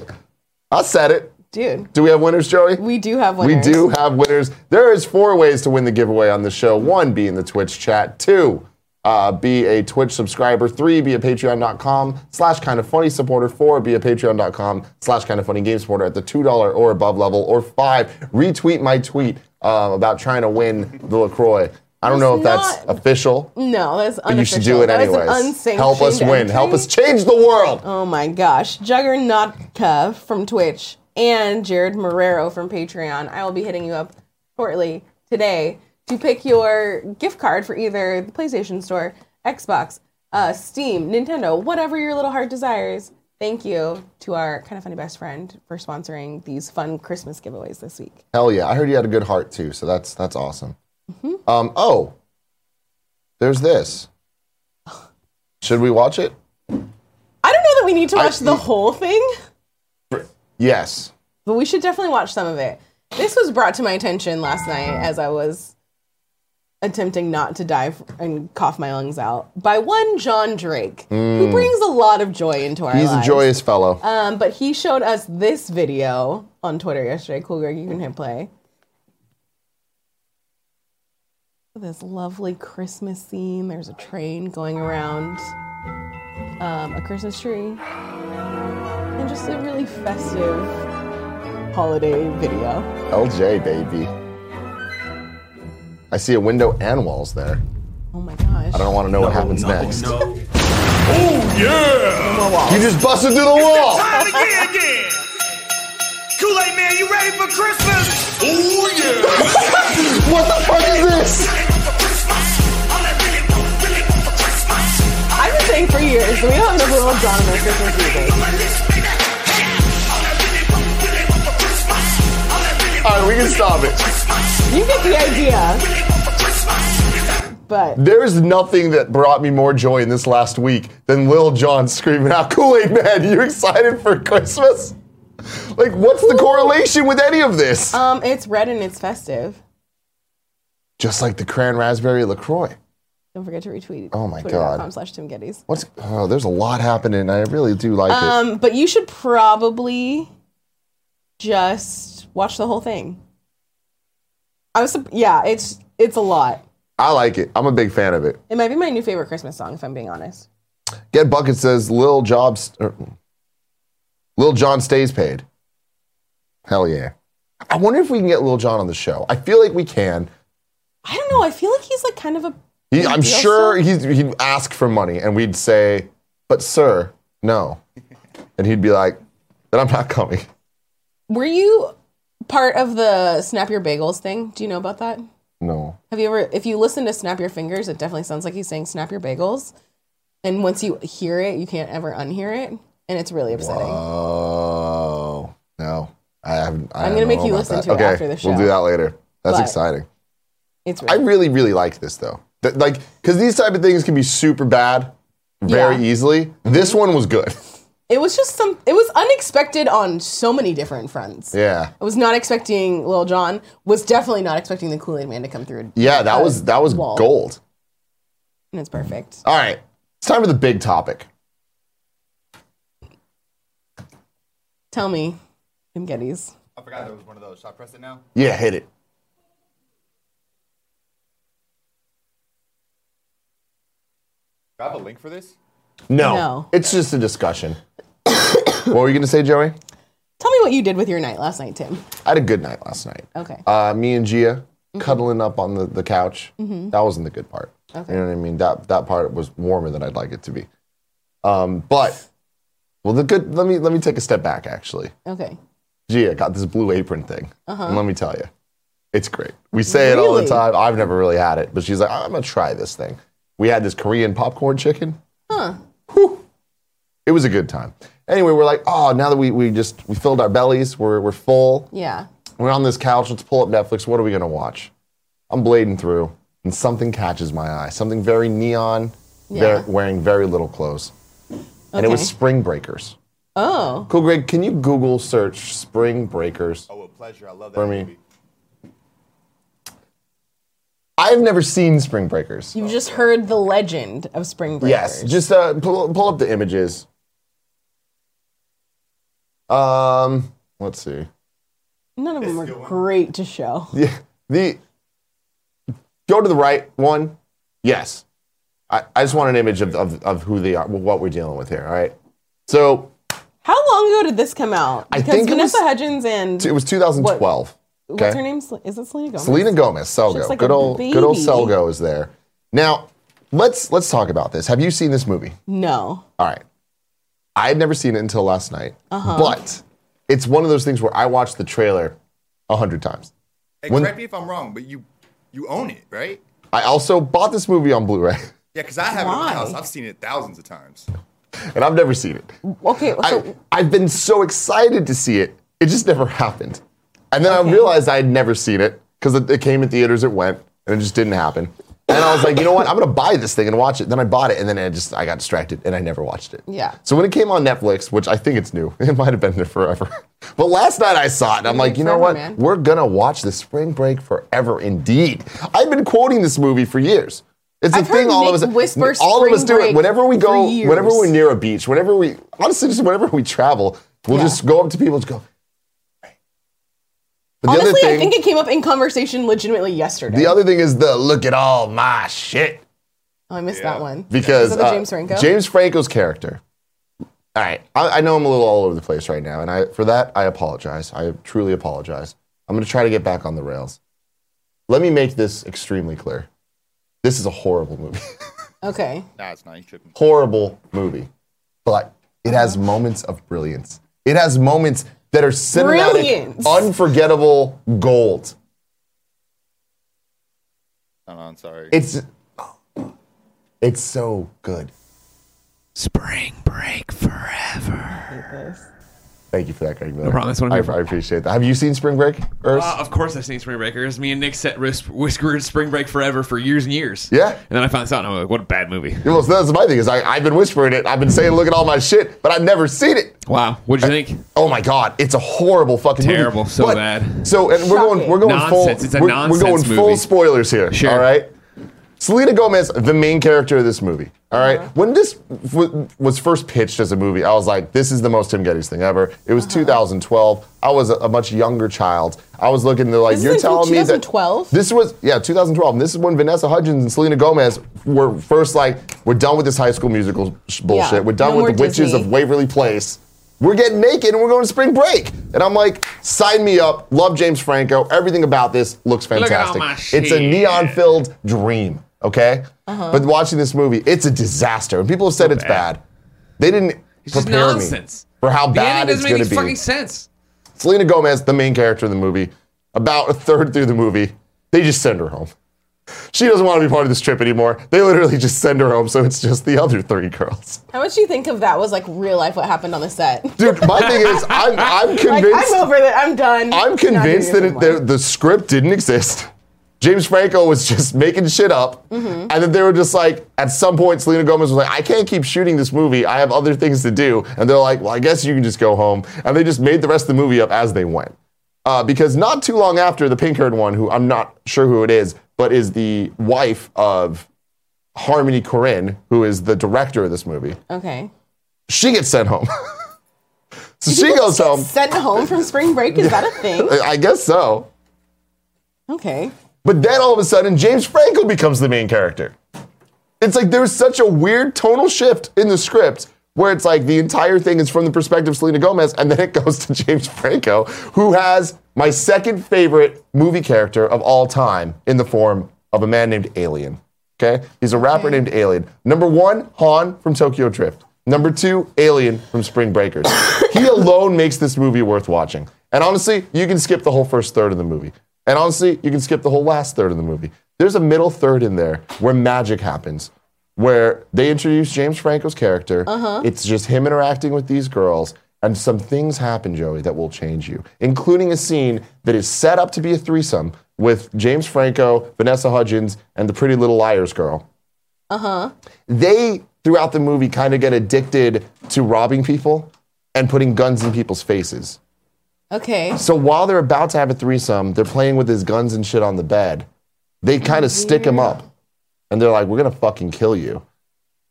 [SPEAKER 1] I said it.
[SPEAKER 3] Dude,
[SPEAKER 1] Do we have winners, Joey?
[SPEAKER 3] we do have
[SPEAKER 1] We
[SPEAKER 3] winners.
[SPEAKER 1] do have winners. There is four ways to win the giveaway on the show. One, be in the Twitch chat. Two, uh, be a Twitch subscriber. Three, be a patreon.com slash kind of funny supporter. Four, be a patreon.com slash kind of funny game supporter at the $2 or above level. Or five, retweet my tweet um, about trying to win the LaCroix. I don't know if that's
[SPEAKER 3] not-
[SPEAKER 1] official,
[SPEAKER 3] No, that's
[SPEAKER 1] but
[SPEAKER 3] unofficial.
[SPEAKER 1] you should do it
[SPEAKER 3] That is an
[SPEAKER 1] anyways.
[SPEAKER 3] unsanctioned
[SPEAKER 1] Help us win.
[SPEAKER 3] entry.
[SPEAKER 1] Help us change the world.
[SPEAKER 3] Oh my gosh. Juggernautka from Twitch and Jared Marrero from Patreon. I will be hitting you up shortly today to pick your gift card for either the PlayStation Store, Xbox, uh, Steam, Nintendo, whatever your little heart desires. Thank you to our kind of funny best friend for sponsoring these fun Christmas giveaways this week.
[SPEAKER 1] Hell yeah! I heard you had a good heart too, so that's that's awesome.
[SPEAKER 3] Mm-hmm.
[SPEAKER 1] Um, oh, there's this. Should we watch it?
[SPEAKER 3] I don't know that we need to watch the
[SPEAKER 1] y-
[SPEAKER 3] whole thing.
[SPEAKER 1] Yes.
[SPEAKER 3] But we should definitely watch some of it. This was brought to my attention last night as I was attempting not to die f- and cough my lungs out by one John Drake, who brings a lot of joy into our
[SPEAKER 1] Hmm. He's a
[SPEAKER 3] lives.
[SPEAKER 1] joyous fellow.
[SPEAKER 3] Um, but he showed us this video on Twitter yesterday. Cool Greg, you can hit play. This lovely Christmas scene. There's a train going around um, a Christmas tree, and just a really festive holiday video.
[SPEAKER 1] LJ, baby. I see a window and walls there.
[SPEAKER 3] Oh my gosh!
[SPEAKER 1] I don't want to know what happens
[SPEAKER 7] no, Oh,
[SPEAKER 1] next.
[SPEAKER 7] No.
[SPEAKER 1] You just busted through the wall.
[SPEAKER 7] Time again, again. Kool-Aid man, you ready for Christmas? Ooh yeah.
[SPEAKER 1] What the fuck is this?
[SPEAKER 3] I've been saying for years we don't have enough little John in our Christmas music.
[SPEAKER 1] All right, we can stop it.
[SPEAKER 3] You get the idea. But
[SPEAKER 1] There's nothing that brought me more joy in this last week than Lil Jon screaming out, Kool Aid Man, you excited for Christmas? Like, what's the correlation with any of this?
[SPEAKER 3] um, it's red and it's festive.
[SPEAKER 1] Just like the cran raspberry LaCroix.
[SPEAKER 3] Don't forget to retweet.
[SPEAKER 1] Oh my God.
[SPEAKER 3] twitter.com slash Tim Geddes.
[SPEAKER 1] What's, oh, there's a lot happening, and I really do like it.
[SPEAKER 3] Um, but you should probably just watch the whole thing. I was, sup- yeah, it's it's a lot.
[SPEAKER 1] I like it. I'm a big fan of it.
[SPEAKER 3] It might be my new favorite Christmas song, if I'm being honest.
[SPEAKER 1] Get Bucket says Lil Jobs, er, Lil John stays paid. Hell yeah! I wonder if we can get Lil John on the show. I feel like we can.
[SPEAKER 3] I don't know. I feel like he's like kind of a.
[SPEAKER 1] He, I'm
[SPEAKER 3] deal,
[SPEAKER 1] sure
[SPEAKER 3] sir?
[SPEAKER 1] he's, he'd ask for money, and we'd say, "But sir, no," and he'd be like, "Then I'm not coming."
[SPEAKER 3] Were you part of the Snap Your Bagels thing? Do you know about that?
[SPEAKER 1] No.
[SPEAKER 3] Have you ever? If you listen to Snap Your Fingers, it definitely sounds like he's saying Snap Your Bagels. And once you hear it, you can't ever unhear it, and it's really upsetting.
[SPEAKER 1] Oh no! I haven't. I
[SPEAKER 3] I'm
[SPEAKER 1] don't
[SPEAKER 3] gonna make
[SPEAKER 1] know
[SPEAKER 3] you
[SPEAKER 1] about
[SPEAKER 3] listen
[SPEAKER 1] that.
[SPEAKER 3] to it
[SPEAKER 1] okay,
[SPEAKER 3] after the
[SPEAKER 1] We'll
[SPEAKER 3] show.
[SPEAKER 1] do that later. That's
[SPEAKER 3] But-
[SPEAKER 1] exciting.
[SPEAKER 3] It's
[SPEAKER 1] I
[SPEAKER 3] really,
[SPEAKER 1] really, really liked this though. Th- like, because these type of things can be super bad very
[SPEAKER 3] Yeah.
[SPEAKER 1] easily. This one was good.
[SPEAKER 3] it was just some. It was unexpected on so many different fronts.
[SPEAKER 1] Yeah.
[SPEAKER 3] I was not expecting Lil Jon. Was definitely not expecting the Kool Aid Man to come through.
[SPEAKER 1] Yeah, that
[SPEAKER 3] Uh,
[SPEAKER 1] was that was
[SPEAKER 3] wall.
[SPEAKER 1] gold.
[SPEAKER 3] and it's perfect.
[SPEAKER 1] All right. It's time for the big topic.
[SPEAKER 3] Tell me, Tim Geddes.
[SPEAKER 5] I forgot there was one of those. Should I press it now?
[SPEAKER 1] Yeah, hit it.
[SPEAKER 5] Do I have a link for this?
[SPEAKER 1] No.
[SPEAKER 3] No.
[SPEAKER 1] It's just a discussion. what were you gonna say, Joey?
[SPEAKER 3] Tell me what you did with your night last night, Tim.
[SPEAKER 1] I had a good night last night.
[SPEAKER 3] Okay. Mm-hmm.
[SPEAKER 1] Uh, me and Gia cuddling up on the, the couch. That wasn't the good part.
[SPEAKER 3] Okay.
[SPEAKER 1] You know what I mean? That that part was warmer than I'd like it to be. Um, but well the good let me let me take a step back actually.
[SPEAKER 3] Okay.
[SPEAKER 1] Gia got this blue apron thing. And let me tell you, it's great. We say it all the
[SPEAKER 3] Really?
[SPEAKER 1] time. I've never really had it, but she's like, I'm gonna try this thing. We had this Korean popcorn chicken. Huh. It was a good time. Anyway, we're like, oh, now that we, we just we filled our bellies, we're we're full.
[SPEAKER 3] Yeah.
[SPEAKER 1] We're on this couch. Let's pull up Netflix. What are we gonna watch? I'm blading through, and something catches my eye. Something very neon,
[SPEAKER 3] Yeah.
[SPEAKER 1] ve- wearing very little clothes, and it was
[SPEAKER 3] Okay.
[SPEAKER 1] Spring Breakers.
[SPEAKER 3] Oh.
[SPEAKER 1] Cool, Greg. Can you Google search Spring Breakers?
[SPEAKER 5] Oh, with pleasure. I love that
[SPEAKER 1] For me.
[SPEAKER 5] movie.
[SPEAKER 1] I've never seen Spring Breakers.
[SPEAKER 3] You've just heard the legend of Spring Breakers.
[SPEAKER 1] Yes, just uh, pull, pull up the images. Um, let's see.
[SPEAKER 3] None of them are great to show.
[SPEAKER 1] Yeah, the go to the right one. Yes, I, I just want an image of, of, of who they are, what we're dealing with here. All right. So
[SPEAKER 3] How long ago did this come out?
[SPEAKER 1] I
[SPEAKER 3] Because
[SPEAKER 1] think it was-
[SPEAKER 3] Vanessa Hudgens and
[SPEAKER 1] it was 2012.
[SPEAKER 3] what's her name? Sel- Is it Selena Gomez?
[SPEAKER 1] Selena Gomez, Selgo.
[SPEAKER 3] looks like
[SPEAKER 1] good
[SPEAKER 3] a
[SPEAKER 1] old good old
[SPEAKER 3] baby.
[SPEAKER 1] Selgo is there. Now let's let's talk about this. Have you seen this movie?
[SPEAKER 3] No.
[SPEAKER 1] All right. I had never seen it until last night,
[SPEAKER 3] Uh-huh.
[SPEAKER 1] but it's one of those things where I watched the trailer a hundred times.
[SPEAKER 5] Hey,
[SPEAKER 1] When-
[SPEAKER 5] correct me if I'm wrong, but you you own it, right?
[SPEAKER 1] I also bought this movie on Blu-ray,
[SPEAKER 5] Yeah, because I have it in my
[SPEAKER 3] Why?
[SPEAKER 5] house. I've seen it thousands of times.
[SPEAKER 1] and I've never seen it.
[SPEAKER 3] Okay. So
[SPEAKER 1] I, I've been so excited to see it, it just never happened. And then I realized I had never seen it because it, it came in theaters, it went, and it just didn't happen. And I was like, you know what? I'm gonna buy this thing and watch it. Then I bought it, and then I just I got distracted and I never watched it.
[SPEAKER 3] Yeah.
[SPEAKER 1] So when it came on Netflix, which I think it's new, it might have been there forever. But last night I saw it, and I'm like, you know
[SPEAKER 3] forever,
[SPEAKER 1] what?
[SPEAKER 3] man.
[SPEAKER 1] We're gonna watch the Spring Break forever, indeed. I've been quoting this movie for years. It's a
[SPEAKER 3] I've heard
[SPEAKER 1] thing all
[SPEAKER 3] Nick
[SPEAKER 1] of us
[SPEAKER 3] whisper
[SPEAKER 1] all of us
[SPEAKER 3] Spring
[SPEAKER 1] do it
[SPEAKER 3] Break
[SPEAKER 1] whenever we
[SPEAKER 3] for
[SPEAKER 1] go,
[SPEAKER 3] years.
[SPEAKER 1] whenever we're near a beach, whenever we honestly just whenever we travel, we'll
[SPEAKER 3] Yeah.
[SPEAKER 1] just go up to people and just go. But the other
[SPEAKER 3] Honestly, I
[SPEAKER 1] thing-
[SPEAKER 3] think it came up in conversation legitimately yesterday.
[SPEAKER 1] the other thing is the look at all my shit
[SPEAKER 3] oh, I missed that one.
[SPEAKER 1] because
[SPEAKER 3] Is that the
[SPEAKER 1] uh,
[SPEAKER 3] James Franco?
[SPEAKER 1] James Franco's character. All right, I, I know I'm a little all over the place right now, and I for that I apologize. I truly apologize. I'm going to try to get back on the rails. Let me make this extremely clear. This is a horrible movie.
[SPEAKER 3] okay.
[SPEAKER 5] Nah, it's not. You tripping.
[SPEAKER 1] horrible movie, but it has moments of brilliance. It has moments that are cinematic,
[SPEAKER 3] Brilliance.
[SPEAKER 1] unforgettable gold.
[SPEAKER 5] No, no, I'm sorry.
[SPEAKER 1] It's it's so good.
[SPEAKER 8] Spring break forever.
[SPEAKER 1] Thank you for that, Greg Miller.
[SPEAKER 8] problem, that's what I'm
[SPEAKER 1] I,
[SPEAKER 8] here for.
[SPEAKER 1] I appreciate that. Have you seen Spring Break, Urs?
[SPEAKER 8] Uh, of course, I've seen Spring Breakers. Me and Nick set whis- whiskered Spring Break forever for years and years.
[SPEAKER 1] Yeah.
[SPEAKER 8] And then I found this out, and I'm like, what a bad movie.
[SPEAKER 1] well, so that's my thing is I, I've been whispering it. I've been saying, look at all my shit, but I've never seen it.
[SPEAKER 8] Wow. What'd you think?
[SPEAKER 1] Oh my god, it's a horrible fucking movie.
[SPEAKER 8] Terrible, so
[SPEAKER 1] But-
[SPEAKER 8] bad.
[SPEAKER 1] So and we're going we're going
[SPEAKER 8] Nonsense,
[SPEAKER 1] full
[SPEAKER 8] it's a
[SPEAKER 1] we're,
[SPEAKER 8] nonsense
[SPEAKER 1] we're going full
[SPEAKER 8] movie.
[SPEAKER 1] spoilers here.
[SPEAKER 8] Sure.
[SPEAKER 1] All right. Selena Gomez, the main character of this movie. All right?
[SPEAKER 3] Uh-huh.
[SPEAKER 1] When this w- was first pitched as a movie, I was like, this is the most Tim Geddes thing ever. It
[SPEAKER 3] Uh-huh.
[SPEAKER 1] was 2012. I was a, a much younger child. I was looking to like,
[SPEAKER 3] This
[SPEAKER 1] you're
[SPEAKER 3] is in
[SPEAKER 1] telling me that
[SPEAKER 3] 2012?
[SPEAKER 1] this was yeah 2012 and this is when vanessa hudgens and selena gomez were first like we're done with this high school musical sh- bullshit
[SPEAKER 3] Yeah,
[SPEAKER 1] we're done
[SPEAKER 3] no more
[SPEAKER 1] with the witches
[SPEAKER 3] Disney.
[SPEAKER 1] of waverly place we're getting naked and we're going to spring break and i'm like sign me up love james franco everything about this looks
[SPEAKER 8] at all
[SPEAKER 1] fantastic
[SPEAKER 8] my
[SPEAKER 1] it's a
[SPEAKER 8] shit.
[SPEAKER 1] neon filled dream okay
[SPEAKER 3] Uh-huh.
[SPEAKER 1] but watching this movie it's a disaster and people have said it's bad.
[SPEAKER 8] bad.
[SPEAKER 1] they didn't
[SPEAKER 8] It's just
[SPEAKER 1] prepare me
[SPEAKER 8] nonsense.
[SPEAKER 1] for how
[SPEAKER 8] The
[SPEAKER 1] bad
[SPEAKER 8] ending
[SPEAKER 1] it's
[SPEAKER 8] doesn't make
[SPEAKER 1] going
[SPEAKER 8] any
[SPEAKER 1] to be
[SPEAKER 8] fucking sense.
[SPEAKER 1] Selena Gomez, the main character in the movie, about a third through the movie, they just send her home. She doesn't want to be part of this trip anymore. They literally just send her home, so it's just the other three girls.
[SPEAKER 3] How much do you think of that was like real life? What happened on the set?
[SPEAKER 1] Dude, my thing is, I'm, I'm
[SPEAKER 3] Like
[SPEAKER 1] convinced.
[SPEAKER 3] I'm over that. I'm done.
[SPEAKER 1] I'm
[SPEAKER 3] Not doing
[SPEAKER 1] convinced
[SPEAKER 3] this
[SPEAKER 1] that it,
[SPEAKER 3] anymore.
[SPEAKER 1] the, the script didn't exist. James Franco was just making shit up. And then they were just like, at some point, Selena Gomez was like, I can't keep shooting this movie. I have other things to do. And they're like, well, I guess you can just go home. And they just made the rest of the movie up as they went. Uh, because not too long after, the pink haired one, who I'm not sure who it is, but is the wife of Harmony Corinne, who is the director of this movie,
[SPEAKER 3] okay.
[SPEAKER 1] she gets sent home. so she goes home.
[SPEAKER 3] Sent home from spring break. Is that a thing?
[SPEAKER 1] I guess so.
[SPEAKER 3] Okay.
[SPEAKER 1] But then all of a sudden, James Franco becomes the main character. It's like there's such a weird tonal shift in the script where it's like the entire thing is from the perspective of Selena Gomez, and then it goes to James Franco, who has my second favorite movie character of all time in the form of a man named Alien. Okay? He's a rapper named Alien. Number one, Han from Tokyo Drift. Number two, Alien from Spring Breakers. he alone makes this movie worth watching. And honestly, you can skip the whole first third of the movie. And honestly, you can skip the whole last third of the movie. There's a middle third in there where magic happens, where they introduce James Franco's character. It's just him interacting with these girls, and some things happen, Joey, that will change you, including a scene that is set up to be a threesome with James Franco, Vanessa Hudgens, and the Pretty Little Liars girl they throughout the movie kind of get addicted to robbing people and putting guns in people's faces.
[SPEAKER 3] Okay.
[SPEAKER 1] So while they're about to have a threesome, they're playing with his guns and shit on the bed. They kind of stick him up and they're like, we're going to fucking kill you.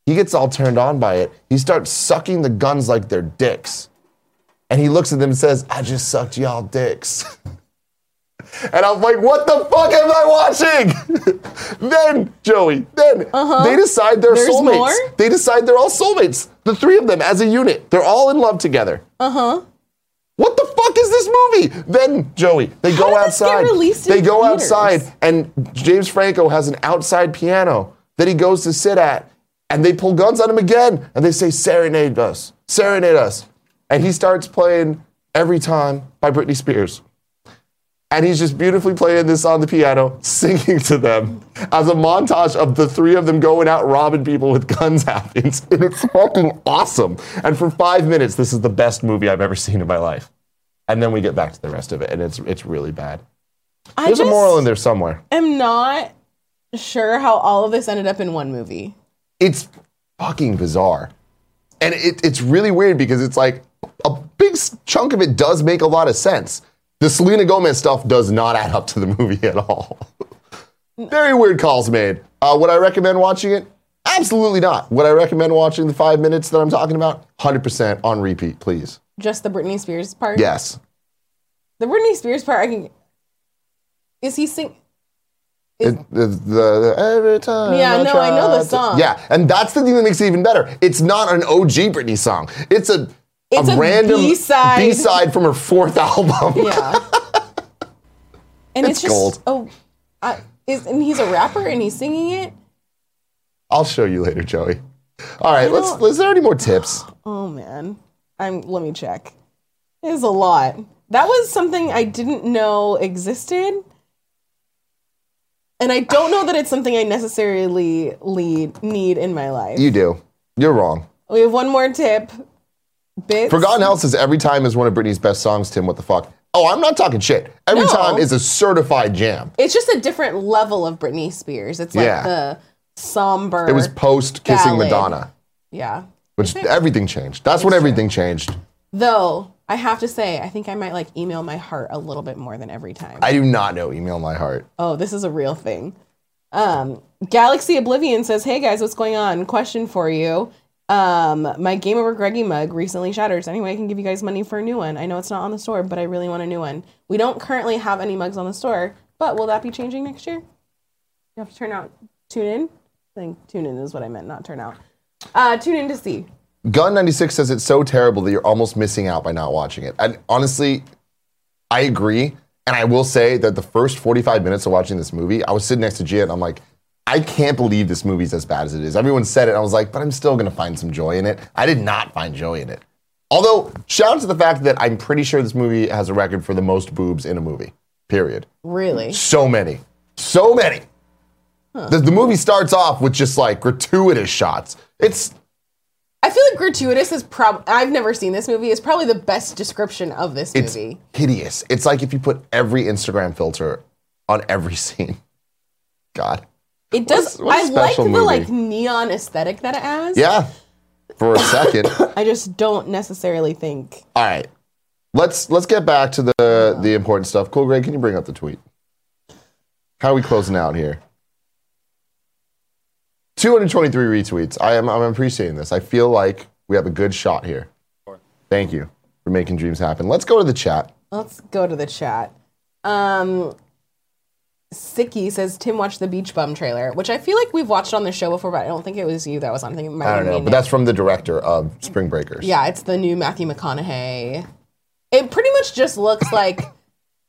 [SPEAKER 1] He gets all turned on by it. He starts sucking the guns like they're dicks. And he looks at them and says, I just sucked y'all dicks. and I'm like, what the fuck am I watching? then, Joey, then they decide they're
[SPEAKER 3] Uh-huh. There's
[SPEAKER 1] soulmates.
[SPEAKER 3] more?
[SPEAKER 1] They decide they're all soulmates. The three of them as a unit. They're all in love together. Uh huh. What the fuck is this movie? Then, Joey, they go
[SPEAKER 3] did this get
[SPEAKER 1] outside.
[SPEAKER 3] released in
[SPEAKER 1] they go
[SPEAKER 3] theaters?
[SPEAKER 1] outside and James Franco has an outside piano that he goes to sit at, and they pull guns on him again, and they say, "Serenade us, serenade us," and he starts playing "Every Time" by Britney Spears, and he's just beautifully playing this on the piano, singing to them as a montage of the three of them going out robbing people with guns happens, and it's fucking awesome. And for five minutes, this is the best movie I've ever seen in my life. And then we get back to the rest of it, and it's it's really bad.
[SPEAKER 3] I
[SPEAKER 1] There's
[SPEAKER 3] just
[SPEAKER 1] a moral in there somewhere.
[SPEAKER 3] am not sure how all of this ended up in one movie.
[SPEAKER 1] it's fucking bizarre. And it, it's really weird because it's like a big s- chunk of it does make a lot of sense. The Selena Gomez stuff does not add up to the movie at all. Very weird calls made. Uh, would I recommend watching it? Absolutely not. Would I recommend watching the five minutes that I'm talking about? 100% on repeat, please.
[SPEAKER 3] Just the Britney Spears part.
[SPEAKER 1] Yes.
[SPEAKER 3] The Britney Spears part, I can. Is he sing?
[SPEAKER 1] It, the, the- every time.
[SPEAKER 3] Yeah, no, I know
[SPEAKER 1] try
[SPEAKER 3] the
[SPEAKER 1] to-
[SPEAKER 3] song.
[SPEAKER 1] Yeah, and that's the thing that makes it even better. It's not an OG Britney song. It's a
[SPEAKER 3] It's a
[SPEAKER 1] random
[SPEAKER 3] B-side.
[SPEAKER 1] B-side from her fourth album.
[SPEAKER 3] Yeah. and it's,
[SPEAKER 1] It's
[SPEAKER 3] just
[SPEAKER 1] gold.
[SPEAKER 3] oh, I, is and he's a rapper and he's singing it.
[SPEAKER 1] I'll show you later, Joey. All right, let's.
[SPEAKER 3] don't-
[SPEAKER 1] Is there any more tips?
[SPEAKER 3] Oh man, I'm. Let me check. It is a lot. That was something I didn't know existed, and I don't know that it's something I necessarily lead need in my life.
[SPEAKER 1] You do. You're wrong.
[SPEAKER 3] we have one more tip. Bits.
[SPEAKER 1] Forgotten Hell says every time is one of Britney's best songs. Tim, what the fuck? Oh, I'm not talking shit. Every
[SPEAKER 3] No.
[SPEAKER 1] time is a certified jam.
[SPEAKER 3] It's just a different level of Britney Spears. It's like
[SPEAKER 1] Yeah.
[SPEAKER 3] the somber.
[SPEAKER 1] It was post kissing
[SPEAKER 3] Ballad.
[SPEAKER 1] Madonna,
[SPEAKER 3] yeah.
[SPEAKER 1] which everything changed. That's when everything changed.
[SPEAKER 3] Though I have to say, I think I might like email my heart a little bit more than every time.
[SPEAKER 1] I do not know Email My Heart.
[SPEAKER 3] oh, this is a real thing. Um, Galaxy Oblivion says, "Hey guys, what's going on? Question for you. Um, my Game Over Greggy mug recently shattered. So anyway, I can give you guys money for a new one. I know it's not on the store, but I really want a new one. We don't currently have any mugs on the store, but will that be changing next year? You have to turn out, tune in. I think tune in is what I meant, not turn out. Uh, tune in to see.
[SPEAKER 1] Gun96 says it's so terrible that you're almost missing out by not watching it. And honestly, I agree. And I will say that the first 45 minutes of watching this movie, I was sitting next to Gia and I'm like, I can't believe this movie's as bad as it is. Everyone said it. I was like, but I'm still going to find some joy in it. I did not find joy in it. Although, shout out to the fact that I'm pretty sure this movie has a record for the most boobs in a movie, period.
[SPEAKER 3] Really?
[SPEAKER 1] So many. So many. The, the movie starts off with just like gratuitous shots. It's
[SPEAKER 3] I feel like gratuitous is probably. I've never seen this movie. Is probably the best description of this
[SPEAKER 1] It's
[SPEAKER 3] movie.
[SPEAKER 1] hideous. It's like if you put every Instagram filter on every scene. God.
[SPEAKER 3] It
[SPEAKER 1] What's-
[SPEAKER 3] does.
[SPEAKER 1] what a
[SPEAKER 3] I like the
[SPEAKER 1] special movie.
[SPEAKER 3] like neon aesthetic that it has.
[SPEAKER 1] Yeah. For a second. All
[SPEAKER 3] I just don't necessarily think.
[SPEAKER 1] right. Let's let's get back to the the important stuff. Cool, Greg, can you bring up the tweet? How are we closing out here? 223 retweets. I am I'm appreciating this. I feel like we have a good shot here. Thank you for making dreams happen. Let's go to the chat.
[SPEAKER 3] Let's go to the chat. Um, Sicky says Tim watched the Beach Bum trailer, which I feel like we've watched on the show before, but I don't think it was you that was on. I think it might
[SPEAKER 1] I
[SPEAKER 3] have
[SPEAKER 1] don't know,
[SPEAKER 3] been
[SPEAKER 1] but
[SPEAKER 3] me.
[SPEAKER 1] that's from the director of Spring Breakers.
[SPEAKER 3] Yeah, it's the new Matthew McConaughey. It pretty much just looks like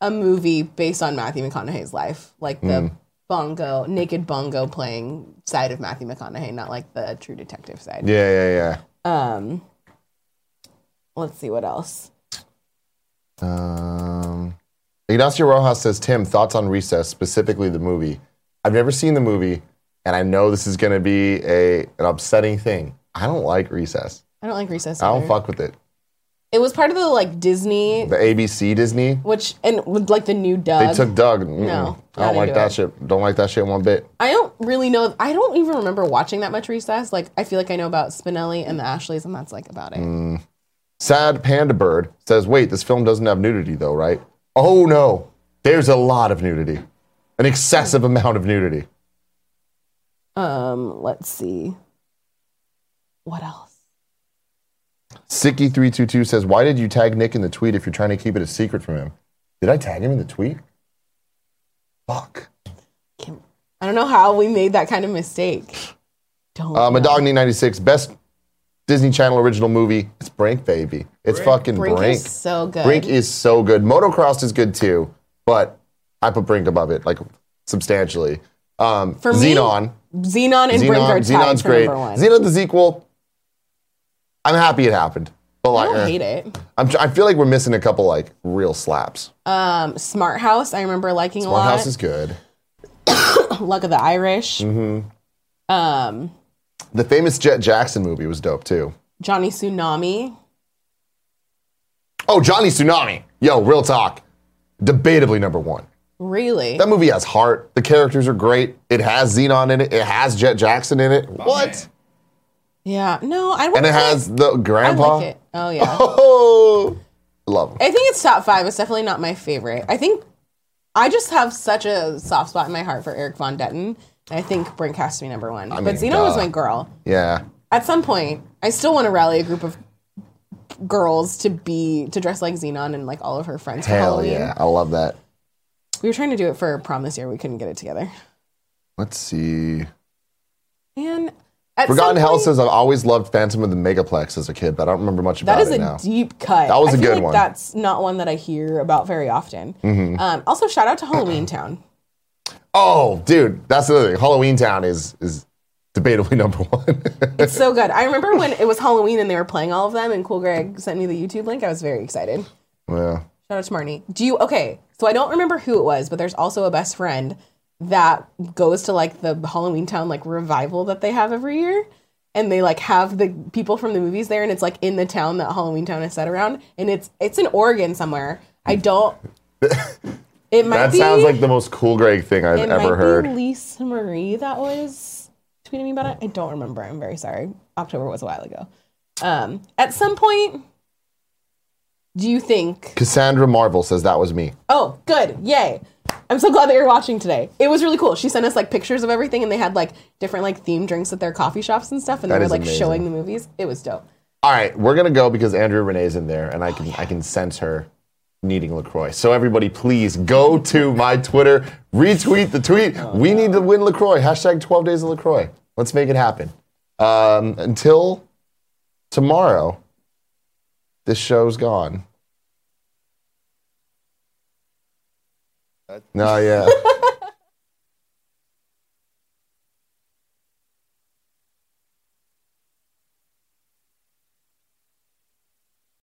[SPEAKER 3] a movie based on Matthew McConaughey's life, like the
[SPEAKER 1] Hmm.
[SPEAKER 3] bongo, naked bongo playing side of Matthew McConaughey, not like the True Detective side.
[SPEAKER 1] Yeah, yeah, yeah.
[SPEAKER 3] Um, let's see what else.
[SPEAKER 1] Um, Ignacio Rojas says, Tim, thoughts on Recess, specifically the movie. I've never seen the movie, and I know this is going to be a an upsetting thing. I don't like Recess.
[SPEAKER 3] I don't like Recess.
[SPEAKER 1] I don't
[SPEAKER 3] either.
[SPEAKER 1] fuck with it.
[SPEAKER 3] It was part of the like Disney,
[SPEAKER 1] The ABC Disney,
[SPEAKER 3] which and with, like the new
[SPEAKER 1] they
[SPEAKER 3] Doug.
[SPEAKER 1] took Doug. Mm-mm.
[SPEAKER 3] No,
[SPEAKER 1] I don't
[SPEAKER 3] not
[SPEAKER 1] like
[SPEAKER 3] into
[SPEAKER 1] that
[SPEAKER 3] it.
[SPEAKER 1] shit. Don't like that shit one bit.
[SPEAKER 3] I don't really know. I don't even remember watching that much Recess. Like I feel like I know about Spinelli and the Ashleys, and that's like about it.
[SPEAKER 1] Mm. Sad Panda Bird says, wait, this film doesn't have nudity though, right? Oh no, there's a lot of nudity, an excessive amount of nudity.
[SPEAKER 3] Um, let's see. What else?
[SPEAKER 1] Sicky322 says, Why did you tag Nick in the tweet if you're trying to keep it a secret from him? Did I tag him in the tweet? Fuck.
[SPEAKER 3] Kim- I don't know how we made that kind of mistake. Don't.
[SPEAKER 1] Uh,
[SPEAKER 3] know.
[SPEAKER 1] Madogny96, best Disney Channel original movie. It's Brink, baby. It's fucking Brink.
[SPEAKER 3] Brink
[SPEAKER 1] Brink.
[SPEAKER 3] is so good.
[SPEAKER 1] is so good. Motocross is good too, but I put Brink above it, like substantially. Um,
[SPEAKER 3] For me,
[SPEAKER 1] Xenon.
[SPEAKER 3] Xenon and Brink are
[SPEAKER 1] Xenon.
[SPEAKER 3] tied
[SPEAKER 1] Xenon's
[SPEAKER 3] for
[SPEAKER 1] great.
[SPEAKER 3] number one.
[SPEAKER 1] Xenon the sequel. I'm happy it happened. But
[SPEAKER 3] I
[SPEAKER 1] like,
[SPEAKER 3] don't
[SPEAKER 1] eh.
[SPEAKER 3] hate it.
[SPEAKER 1] I'm, tr- I feel like we're missing a couple like real slaps.
[SPEAKER 3] Um, Smart House, I remember liking a
[SPEAKER 1] Smart
[SPEAKER 3] lot.
[SPEAKER 1] House is good.
[SPEAKER 3] Luck of the Irish.
[SPEAKER 1] Mm-hmm.
[SPEAKER 3] Um,
[SPEAKER 1] The famous Jet Jackson movie was dope too.
[SPEAKER 3] Johnny Tsunami.
[SPEAKER 1] Oh, Johnny Tsunami. Yo, real talk. Debatably number one.
[SPEAKER 3] Really?
[SPEAKER 1] That movie has heart. The characters are great. It has Xenon in it. It has Jet Jackson in it.
[SPEAKER 3] Oh,
[SPEAKER 1] what?
[SPEAKER 8] man.
[SPEAKER 3] yeah. No, I
[SPEAKER 1] And it has the
[SPEAKER 3] I
[SPEAKER 1] grandpa.
[SPEAKER 3] like it. Oh yeah.
[SPEAKER 1] Oh, love him.
[SPEAKER 3] I think it's top five. It's definitely not my favorite. I think I just have such a soft spot in my heart for Eric Von Detten. I think Brink has to be number one. but
[SPEAKER 1] mean,
[SPEAKER 3] Xena was
[SPEAKER 1] duh.
[SPEAKER 3] my girl.
[SPEAKER 1] Yeah.
[SPEAKER 3] At some point, I still want to rally a group of girls to be to dress like Xenon and like all of her friends for
[SPEAKER 1] Hell
[SPEAKER 3] Halloween.
[SPEAKER 1] yeah. I love that.
[SPEAKER 3] We were trying to do it for prom this year. We couldn't get it together.
[SPEAKER 1] Let's see.
[SPEAKER 3] And at
[SPEAKER 1] Forgotten
[SPEAKER 3] some
[SPEAKER 1] Hell
[SPEAKER 3] point,
[SPEAKER 1] says I've always loved Phantom of the Megaplex as a kid, but I don't remember much about
[SPEAKER 3] That is
[SPEAKER 1] it
[SPEAKER 3] a
[SPEAKER 1] now.
[SPEAKER 3] deep cut.
[SPEAKER 1] That was a
[SPEAKER 3] I feel
[SPEAKER 1] good
[SPEAKER 3] like
[SPEAKER 1] one. Mm-hmm.
[SPEAKER 3] That's not one that I hear about very often. Um, also, shout out to Halloween Town.
[SPEAKER 1] oh, dude, that's another thing. Halloween Town is is debatably number one.
[SPEAKER 3] It's so good. I remember when it was Halloween and they were playing all of them, and Cool Greg sent me the YouTube link. I was very excited.
[SPEAKER 1] yeah.
[SPEAKER 3] Shout out to Marnie. Do you okay? So I don't remember who it was, but there's also a best friend that goes to like the Halloween Town like revival that they have every year. And they like have the people from the movies there and it's like in the town that Halloween Town is set around. And it's it's in Oregon somewhere. I don't it might
[SPEAKER 1] That
[SPEAKER 3] be
[SPEAKER 1] sounds like the most cool Greg thing I've
[SPEAKER 3] it
[SPEAKER 1] ever
[SPEAKER 3] might
[SPEAKER 1] heard.
[SPEAKER 3] be Lisa Marie that was tweeting me about it. I don't remember. I'm very sorry. October was a while ago. Um, at some point, do you think?
[SPEAKER 1] Cassandra Marvel says that was me.
[SPEAKER 3] Oh, good, yay! I'm so glad that you're watching today. It was really cool. She sent us like pictures of everything, and they had like different like themed drinks at their coffee shops and stuff, and
[SPEAKER 1] That
[SPEAKER 3] they were
[SPEAKER 1] is
[SPEAKER 3] like
[SPEAKER 1] amazing.
[SPEAKER 3] showing the movies. It was dope.
[SPEAKER 1] All right, we're gonna go because Andrew Renee's in there, and I can I can sense her needing Lacroix. So everybody, please go to my Twitter, retweet the tweet. we need to win Lacroix. Hashtag Twelve Days of Lacroix. Let's make it happen. Um, until tomorrow, this show's gone.
[SPEAKER 5] That-
[SPEAKER 1] No, yeah.